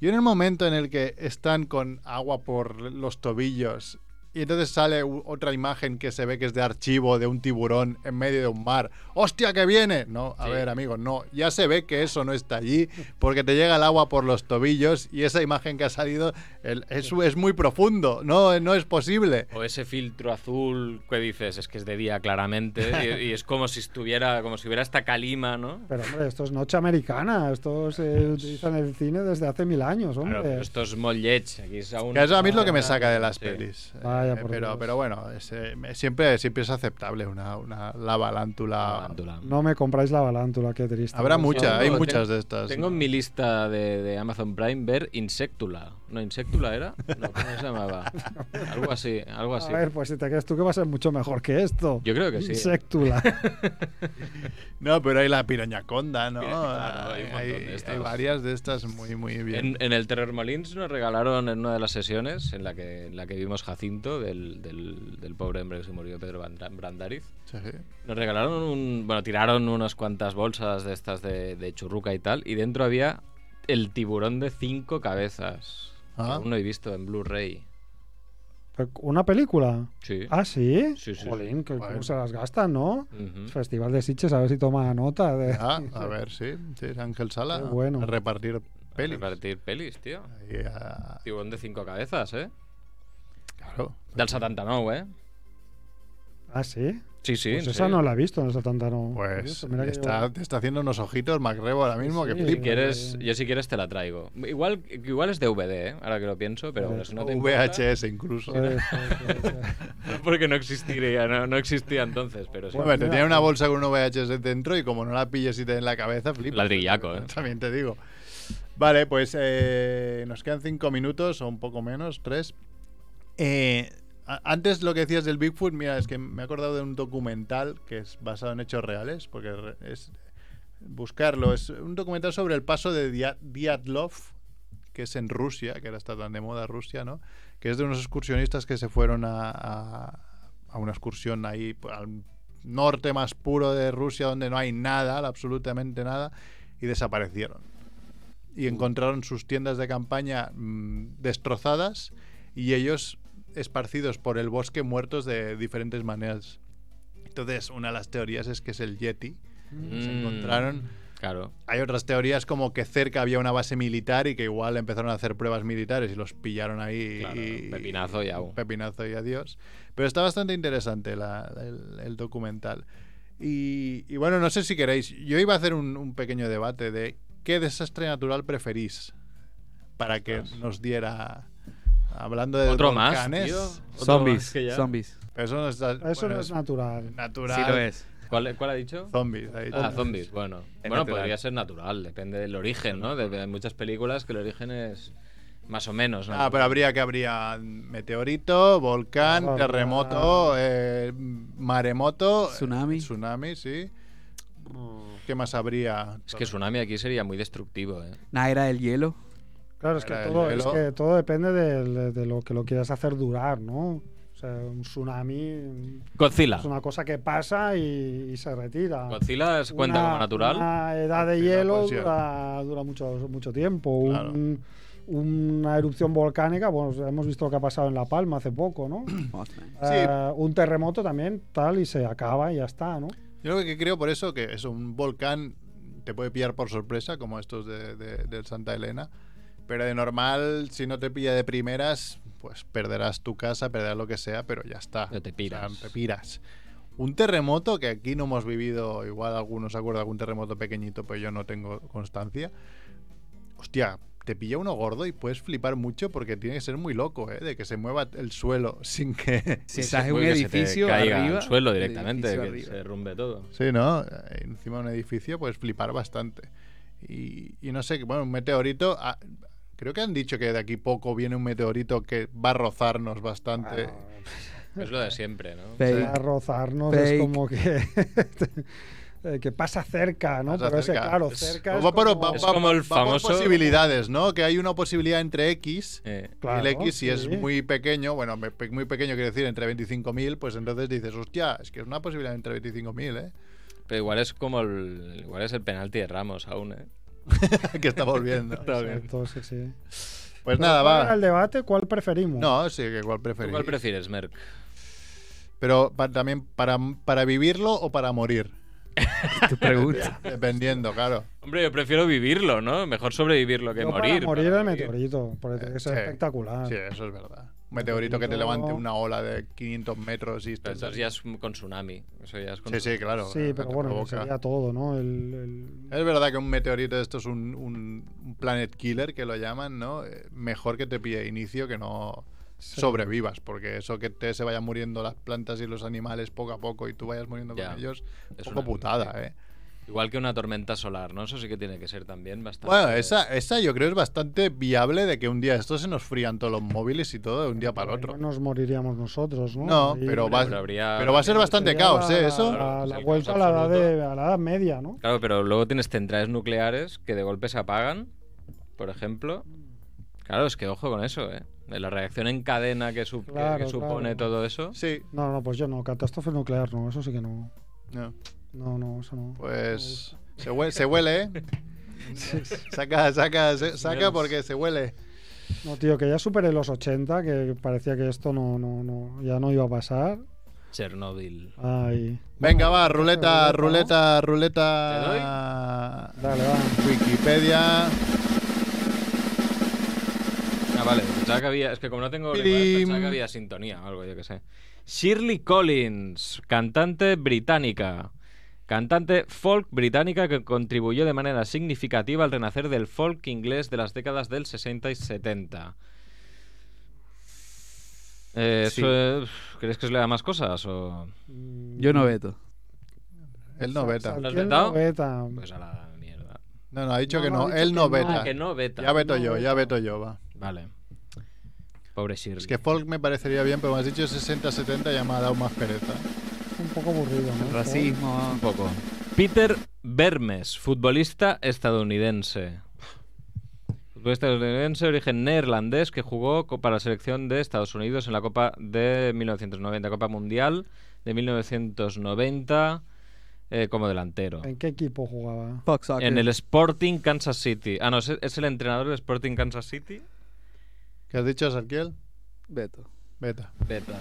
S1: yo en el momento en el que están con agua por los tobillos y entonces sale u- otra imagen que se ve que es de archivo de un tiburón en medio de un mar. ¡Hostia, que viene! No, a
S2: Sí.
S1: ver, amigos, no. Ya se ve que eso no está allí porque te llega el agua por los tobillos y esa imagen que ha salido el- es, es muy profundo. No, no es posible.
S2: O ese filtro azul que dices, es que es de día claramente, y, y es como si estuviera, como si hubiera esta calima, ¿no?
S4: Pero hombre, esto es noche americana, esto se utiliza en el cine desde hace mil años, hombre.
S2: Claro, pero esto es Mollets, aquí es aún...
S1: Que eso a mí es lo que me saca de las
S2: Sí.
S1: pelis. Eh,
S4: Vaya, por
S1: pero,
S4: Dios.
S1: pero bueno, es, eh, me- siempre, siempre es aceptable una, una la balántula.
S2: Balántula.
S4: No me compráis la balántula, qué triste.
S1: Habrá
S4: No,
S1: muchas,
S2: no,
S1: hay
S2: tengo-
S1: muchas de estas.
S2: Tengo en mi lista de, de Amazon Prime ver Insectula. No, Insectula era. No, ¿cómo se llamaba? Algo así, algo
S4: A
S2: así.
S4: ver, pues si te crees tú que va a ser mucho mejor que esto.
S2: Yo creo que sí.
S4: Insectula.
S1: No, pero hay la pirañaconda, ¿no?
S2: Claro,
S1: hay,
S2: hay un montón de
S1: hay
S2: estas.
S1: varias de estas muy, muy bien.
S2: En, en el Terror Molins nos regalaron en una de las sesiones en la que, en la que vimos Jacinto, del, del- del pobre hombre que se murió, Pedro Bandra- Brandariz.
S1: Sí.
S2: Nos regalaron un. Bueno, tiraron unas cuantas bolsas de estas de, de churruca y tal, y dentro había el tiburón de cinco cabezas. que
S1: Ah.
S2: Aún no he visto en Blu-ray.
S4: Pero ¿Una película?
S2: Sí.
S4: ¿Ah, sí?
S2: Sí, Mm. sí,
S4: Jolín, que
S1: Bueno.
S4: se las gastan, ¿no?
S2: Ujú.
S4: Festival de Sitges, a ver si toma nota. De...
S1: Ah, a ver, sí. sí, es Ángel Sala.
S4: Qué bueno.
S1: A repartir pelis.
S2: Repartir pelis, tío.
S1: Ahí, ah,
S2: Tiburón de cinco cabezas, ¿eh?
S1: claro.
S2: Del 79, ¿eh?
S4: Ah, sí.
S2: Sí, sí.
S4: pues
S2: en
S4: esa
S2: serio.
S4: no la he visto, no es tanta, no.
S1: Pues
S4: Curioso, mira que
S1: está,
S4: yo-
S1: te está haciendo unos ojitos Macrebo ahora mismo que
S4: Sí.
S2: Si
S1: flipa.
S2: quieres,
S4: eh.
S2: yo si quieres te la traigo. Igual, igual es DVD, ¿eh? ahora que lo pienso, pero bueno, si no te importa-
S1: VHS incluso.
S4: Joder, joder, joder.
S2: porque no existiría, no, no existía entonces, pero sí.
S1: Hombre, te
S4: mira,
S1: tiene una bolsa con un VHS dentro y como no la pilles y te en la cabeza, flipa.
S2: Ladrillaco, ¿eh?
S1: También te digo. Vale, pues eh, nos quedan cinco minutos o un poco menos, tres. Eh, a- antes lo que decías del Bigfoot, mira, es que me he acordado de un documental que es basado en hechos reales, porque re- es buscarlo. Es un documental sobre el paso de Dia- Diatlov, que es en Rusia, que ahora está tan de moda Rusia, ¿no? Que es de unos excursionistas que se fueron a, a- a una excursión ahí por- al norte más puro de Rusia, donde no hay nada, absolutamente nada, y desaparecieron. Y encontraron sus tiendas de campaña mm, destrozadas y ellos esparcidos por el bosque muertos de diferentes maneras. Entonces, una de las teorías es que es el Yeti. Se
S2: Mm,
S1: encontraron
S2: Claro.
S1: hay otras teorías como que cerca había una base militar y que igual empezaron a hacer pruebas militares y los pillaron ahí.
S2: Claro,
S1: y,
S2: pepinazo y au.
S1: Pepinazo y adiós. Pero está bastante interesante la- el, el documental. Y, y bueno, no sé si queréis. Yo iba a hacer un, un pequeño debate de qué desastre natural preferís para que nos diera. Hablando de
S2: Otro más,
S1: volcanes.
S2: tío. Otro
S7: Zombies.
S2: más que ya.
S3: Zombies.
S1: Pero eso no, está,
S4: Eso
S1: bueno,
S4: no es natural.
S1: natural.
S7: Sí lo es.
S2: ¿Cuál, cuál ha dicho?
S1: Zombies. este ha dicho.
S2: Ah, zombies, bueno.
S7: Es
S2: bueno,
S7: natural.
S2: podría ser natural, depende del origen, ¿no? De- hay muchas películas que el origen es más o menos.
S1: Ah,
S2: natural.
S1: pero habría que habría meteorito, volcán,
S4: Ah,
S1: terremoto, eh, maremoto,
S3: Tsunami.
S1: eh, tsunami, sí. ¿Qué más habría?
S2: Es que Tsunami aquí sería muy destructivo, ¿eh?
S3: Nah, era del hielo.
S4: Claro, es que,
S1: Era el
S4: todo, es
S1: hielo.
S4: que todo depende del- de, lo que lo quieras hacer durar, ¿no? O sea, un tsunami
S2: Godzilla.
S4: es una cosa que pasa y, y se retira.
S2: Godzilla es- Pues cuenta
S4: Una-
S2: como natural.
S4: Una edad de
S1: Sí, no,
S4: hielo
S1: pues sí.
S4: dura, dura mucho, mucho tiempo.
S1: Claro.
S4: Un- una erupción volcánica, bueno, hemos visto lo que ha pasado en La Palma hace poco, ¿no?
S3: Mothman.
S4: Eh, un terremoto también, tal, y se acaba y ya está, ¿no?
S1: Yo lo que creo por eso que es un volcán te puede pillar por sorpresa, como estos de, de- del Santa Elena. Pero de normal, si no te pilla de primeras, pues perderás tu casa, perderás lo que sea, pero ya está.
S2: Pero te
S1: O sea,
S2: piras.
S1: te piras. Un terremoto que aquí no hemos vivido, igual algunos se acuerdan de algún terremoto pequeñito, pero yo no tengo constancia. Hostia, te pilla uno gordo y puedes flipar mucho porque tiene que ser muy loco, ¿eh? De que se mueva el suelo sin que.
S3: Si estás en un
S2: Puede que se te
S3: edificio
S2: caiga
S3: arriba,
S2: al suelo
S3: el
S2: directamente, que
S3: edificio
S2: se
S3: arriba.
S2: derrumbe todo.
S1: Sí, ¿no? Eh, Encima de un edificio, pues flipar bastante. Y, y no sé, bueno, un meteorito. ah, creo que han dicho que de aquí poco viene un meteorito que va a rozarnos bastante.
S4: Ah,
S2: Es lo de siempre, ¿no?
S4: O
S3: Fake.
S4: sea, rozarnos
S3: Fake.
S4: es como que, eh, que pasa cerca, ¿no?
S1: Pasa
S4: Pero ese,
S1: cerca.
S4: claro,
S1: Es-
S4: cerca.
S1: Pues va, por,
S4: como-
S1: va-
S2: Es
S1: va-
S2: como el
S1: va por
S2: famoso-
S1: posibilidades, ¿no? Que hay una posibilidad entre X.
S2: Eh,
S4: Claro,
S1: el X, si es
S4: sí.
S1: muy pequeño, bueno, me- pe- muy pequeño quiere decir entre 25.000, pues entonces dices, hostia, es que es una posibilidad entre ¿eh? 25.000,
S2: pero igual es como el, igual es el penalti de Ramos aún, ¿eh?
S1: ¿eh? que está volviendo.
S4: Exacto, sí, sí.
S1: Pues
S4: Pero
S1: nada,
S4: ¿cuál era el
S1: va.
S4: debate? ¿Cuál preferimos?
S1: No, sí, que cuál
S2: ¿Tú
S1: preferís.
S2: ¿Cuál prefieres, Merck?
S1: Pero pa- también para, para vivirlo o para morir.
S3: Tu pregunta.
S1: Dependiendo, claro.
S2: Hombre, yo prefiero vivirlo, ¿no? Mejor sobrevivirlo que
S4: Yo
S2: morir.
S4: Para morir
S2: para
S4: el
S2: morir.
S4: meteorito, porque tiene que ser
S1: Eh, Sí.
S4: espectacular.
S1: Sí, eso es verdad. Un meteorito que te levante una ola de 500 metros y...
S2: Pero entonces ya es con tsunami. Eso ya es con
S1: Sí, sí, claro.
S4: Sí, pero
S1: te
S4: bueno,
S1: provoca.
S4: sería todo, ¿no? El, el-
S1: Es verdad que un meteorito de esto es un, un- un planet killer, que lo llaman, ¿no? Eh, Mejor que te pille inicio que no sobrevivas, porque eso que te se vayan muriendo las plantas y los animales poco a poco y tú vayas muriendo
S2: Ya.
S1: con ellos,
S2: Es
S1: poco
S2: una-
S1: putada, ¿eh?
S2: Igual que una tormenta solar, ¿no? Eso sí que tiene que ser también bastante.
S1: Bueno, esa, esa yo creo es bastante viable de que un día esto se nos frían todos los móviles y todo de un día para el otro.
S4: No eh, Nos moriríamos nosotros, ¿no?
S1: No,
S4: Y
S1: pero
S2: Hombre,
S1: va,
S2: pero habría-
S1: pero va a ser bastante
S4: sería
S1: caos, ¿eh?
S4: la-
S1: Eso.
S4: La, la
S2: el caos
S4: vuelta a la, edad
S2: absoluto.
S4: de- a la edad media, ¿no?
S2: Claro, pero luego tienes centrales nucleares que de golpe se apagan, por ejemplo. Claro, es que ojo con eso, ¿eh? De La reacción en cadena que, sup- que- que
S4: Claro,
S2: supone
S4: claro.
S2: todo eso.
S1: Sí.
S4: No, no, pues yo no. Catástrofe nuclear, no. Eso sí que no.
S1: No.
S4: No, no, eso no.
S1: Pues se huele, se huele, ¿eh? Saca, saca, se-
S4: Pues
S1: saca porque se huele.
S4: No, tío, que ya superé los 80, que parecía que esto no, no, no, ya no iba a pasar.
S2: Chernobyl.
S4: Ay.
S1: Venga, va,
S4: ruleta,
S1: ruleta,
S4: pues ¿no?
S1: ruleta,
S2: ¿Te
S1: ruleta.
S4: Dale, va.
S1: Wikipedia.
S2: Ah, vale. Pensaba que había. Es que como no tengo. auriculares,
S1: Pirim.
S2: Pensaba que había sintonía o algo, yo qué sé. Shirley Collins, cantante británica. Cantante folk británica que contribuyó de manera significativa al renacer del folk inglés de las décadas del 60 y 70. Eh,
S1: Sí.
S2: eso es- ¿Crees que os le da más cosas? O...
S3: Yo no veto.
S1: Él no veta.
S2: ¿Lo has
S4: ¿Quién
S2: vetado?
S4: Mm, no veta?
S2: Pues a la mierda.
S1: No, no, ha dicho
S4: No,
S1: que
S4: no,
S1: no.
S4: ha dicho
S1: Él
S4: que
S1: no
S4: no.
S1: veta.
S2: Ah, que no beta.
S1: Ya veto
S4: No
S1: yo, ya
S4: veta.
S1: veto yo, va.
S2: Vale. Pobre Shirley.
S1: Es que folk me parecería bien, pero me has dicho 60-70 ya me ha dado más pereza.
S4: un poco aburrido, ¿no?
S3: Racismo.
S2: Un poco. Peter Bermes, futbolista estadounidense. Futbolista estadounidense, origen neerlandés, que jugó co- para la selección de Estados Unidos en la Copa de 1990, Copa Mundial de 1990, eh, como delantero.
S4: ¿En qué equipo jugaba?
S3: Fuck soccer.
S2: En el Sporting Kansas City. Ah, no, ¿es es el entrenador del Sporting Kansas City?
S1: ¿Qué has dicho, Sarkiel?
S3: veto.
S1: Veta.
S2: Beta.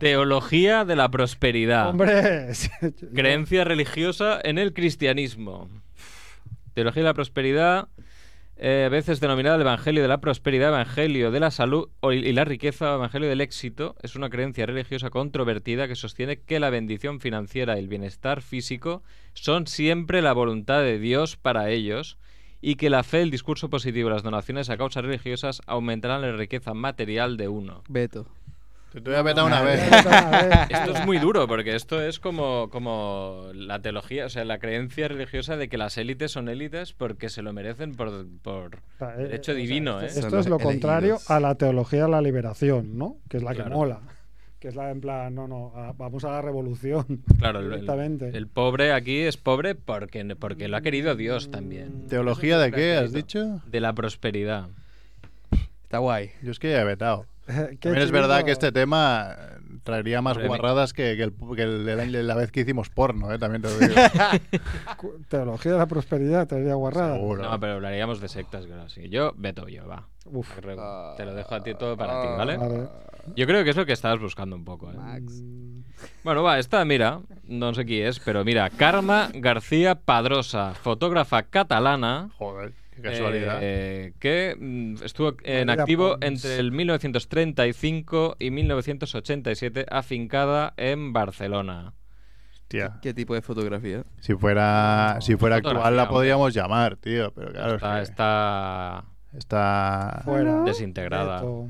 S2: Teología de la
S1: Ah.
S2: prosperidad.
S4: Hombre,
S2: Creencia religiosa en el cristianismo. Teología de la prosperidad, eh, a veces denominada el Evangelio de la Prosperidad, Evangelio de la Salud o- y la Riqueza, o Evangelio del Éxito, es una creencia religiosa controvertida que sostiene que la bendición financiera y el bienestar físico son siempre la voluntad de Dios para ellos y que la fe, el discurso positivo y las donaciones a causas religiosas aumentarán la riqueza material de uno.
S3: Veto.
S1: Te voy a vetar una vez.
S4: eh.
S2: Esto es muy duro, porque esto es como, como la teología, o sea, la creencia religiosa de que las élites son élites porque se lo merecen por... por- Derecho divino, ¿eh?
S4: Esto
S3: Son
S4: es
S3: los
S4: lo
S3: elegidos.
S4: contrario a la teología de la liberación, ¿no? Que es la que
S2: Claro.
S4: mola. Que es la en plan, no, no, a- vamos a la revolución.
S2: Claro, el, el-
S4: Directamente.
S2: el pobre aquí es pobre porque, porque lo ha querido Dios también.
S1: ¿Teología de qué has
S2: gratuito.
S1: dicho?
S2: De la prosperidad.
S3: Está guay.
S1: Yo es que ya he vetado.
S4: Qué
S1: También es
S4: chido.
S1: verdad que este tema eh, traería más
S2: Hombre, mi-
S1: guarradas que, que el, que el- el- la vez que hicimos porno, ¿eh? También te lo digo.
S4: Cu- Teología de la prosperidad, teoría guarrada.
S1: este Seguro.
S2: No, pero hablaríamos de sectas, claro, sí. Yo, veto yo, va.
S4: Uf.
S2: Arreu.
S3: Ah.
S2: Te lo dejo a ti todo para ti, ¿vale?
S4: Vale.
S2: Yo creo que es lo que estabas buscando un poco, ¿eh?
S3: Max.
S2: Bueno, va, esta, mira, no sé quién es, pero mira, Karma García Padrosa, fotógrafa catalana,
S1: Joder, qué casualidad.
S2: eh, que mm, estuvo en
S4: Mira,
S2: activo
S4: pues.
S2: entre el 1935 y 1987, afincada en Barcelona.
S1: Hostia.
S3: ¿Qué tipo de fotografía?
S1: Si fuera, si fuera actual
S2: Fotografía,
S1: la podríamos llamar, tío. Pero claro,
S2: Está,
S1: es que
S2: está
S1: está-
S4: Fuera.
S2: ah, desintegrada.
S4: Beto.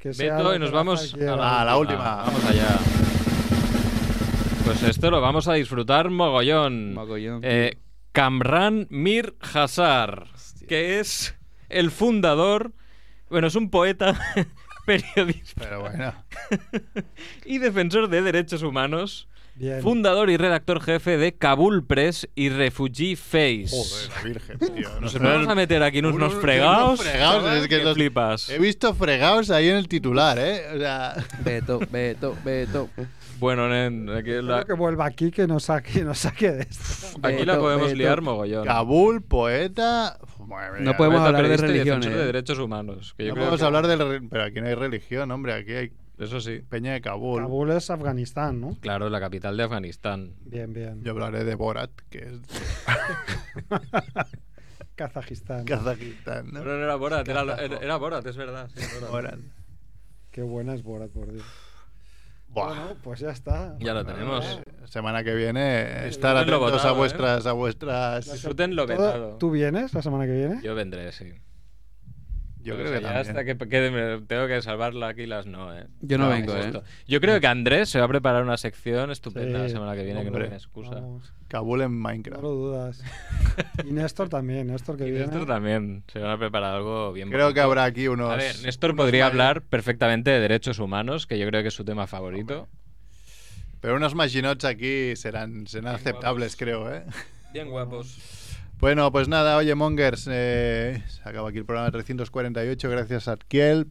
S4: Que sea lo
S2: Beto, y
S4: que
S2: nos
S4: Rafa
S2: vamos
S4: quiera.
S2: a
S1: la- Ah, última.
S2: Vamos allá. Pues esto lo vamos a disfrutar mogollón.
S3: Mogollón.
S2: Eh, Kamran Mir Hassar,
S3: Hostia.
S2: que es el fundador, bueno, es un poeta, periodista
S1: Pero bueno.
S2: y defensor de derechos humanos,
S4: Bien.
S2: fundador y redactor jefe de Kabul Press y Refugee Face.
S1: Joder, la virgen, tío.
S2: Nos vamos a meter aquí en
S1: unos-
S2: unos
S1: unos
S2: fregados.
S1: fregaos,
S2: chaval,
S1: es que
S2: que
S1: los-
S2: flipas.
S1: He visto fregados ahí en el titular, ¿eh? O sea,
S3: Veto, veto, veto.
S2: Bueno, nen, aquí
S4: Espero
S2: la,
S4: que vuelva aquí que nos saque, nos saque de esto.
S2: aquí la
S3: Beto,
S2: podemos
S3: Beto.
S2: liar mogollón.
S1: Kabul, poeta. Uf, madre
S3: No
S1: mía.
S3: podemos-
S2: Poeta,
S3: hablar de
S2: periodista y defensor
S3: religiones,
S2: de
S3: eh.
S2: derechos humanos. que yo
S1: No
S2: creo
S1: podemos
S2: que-
S1: hablar del. re- Pero aquí no hay religión, hombre. Aquí hay
S2: Eso sí.
S1: Peña de Kabul.
S4: Kabul es Afganistán, ¿no?
S2: Claro, la capital de Afganistán.
S4: Bien, bien.
S1: Yo hablaré de Borat, que es
S4: Kazajistán.
S1: Kazajistán,
S2: No,
S1: ¿no?
S2: no era Borat, era,
S1: Carajo.
S2: era- era Borat, es verdad. sí, Borat.
S1: Borat.
S4: Qué buena es Borat, por Dios.
S1: Buah. eh,
S4: Bueno, pues ya está.
S2: Ya lo tenemos.
S1: Semana que viene, estar
S2: Disfruten lo
S1: atentos a
S2: votado, ¿eh?
S1: vuestras, a vuestras.
S2: Disfruten lo
S4: Todo-
S2: vetado.
S4: ¿Tú vienes la semana que viene?
S2: Yo vendré, sí.
S1: Yo
S2: Pues
S1: creo que
S2: allá
S1: también.
S2: hasta que quede- me- tengo que salvarla aquí las no, ¿eh?
S3: Yo no vengo,
S2: es
S3: ¿eh?
S2: esto. Yo creo que Andrés se va a preparar una sección estupenda la
S4: Sí,
S2: semana que viene que no
S4: hombre,
S2: tiene excusa.
S4: vamos,
S1: Kabul en
S4: no
S1: Minecraft.
S4: lo dudas. Y Néstor también, Néstor que
S2: Y
S4: viene. Oh,
S2: Néstor también se va a preparar algo bien
S1: Creo
S2: bonito.
S1: que habrá aquí unos.
S2: A ver, Néstor
S1: unos
S2: podría
S1: ma-
S2: hablar perfectamente de derechos humanos, que yo creo que es su tema favorito.
S1: Pero unos machinots aquí serán, serán aceptables, creo, ¿eh?
S2: Bien guapos.
S1: Bueno, pues nada, oye, Mongers, eh, se acaba aquí el programa 348. Gracias, Adkiel.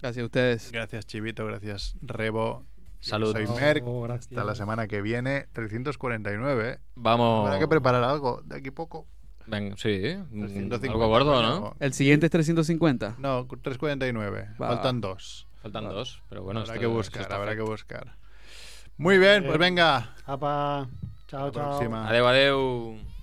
S3: Gracias a ustedes.
S1: Gracias, Chivito. Gracias, Rebo. Yo
S2: Salud.
S1: Soy
S4: Oh,
S1: Merck.
S4: gracias.
S1: Hasta la semana que viene, 349. ¿eh?
S2: Vamos.
S1: Habrá que preparar algo de aquí poco.
S2: Venga, sí, mm,
S1: 350,
S2: algo gordo,
S1: coño.
S2: ¿no?
S3: El siguiente es 350.
S1: No, 349.
S3: Va.
S1: Faltan dos.
S2: Faltan
S1: Vale.
S2: dos, pero bueno.
S1: habrá
S2: esto-
S1: que
S2: eso
S1: buscar,
S2: está
S1: habrá
S2: feito.
S1: que buscar. Muy bien,
S4: Bien.
S1: pues venga.
S4: Apa.
S1: Hasta
S4: Chao,
S1: la
S4: chao.
S1: próxima.
S2: Adeu, adeu.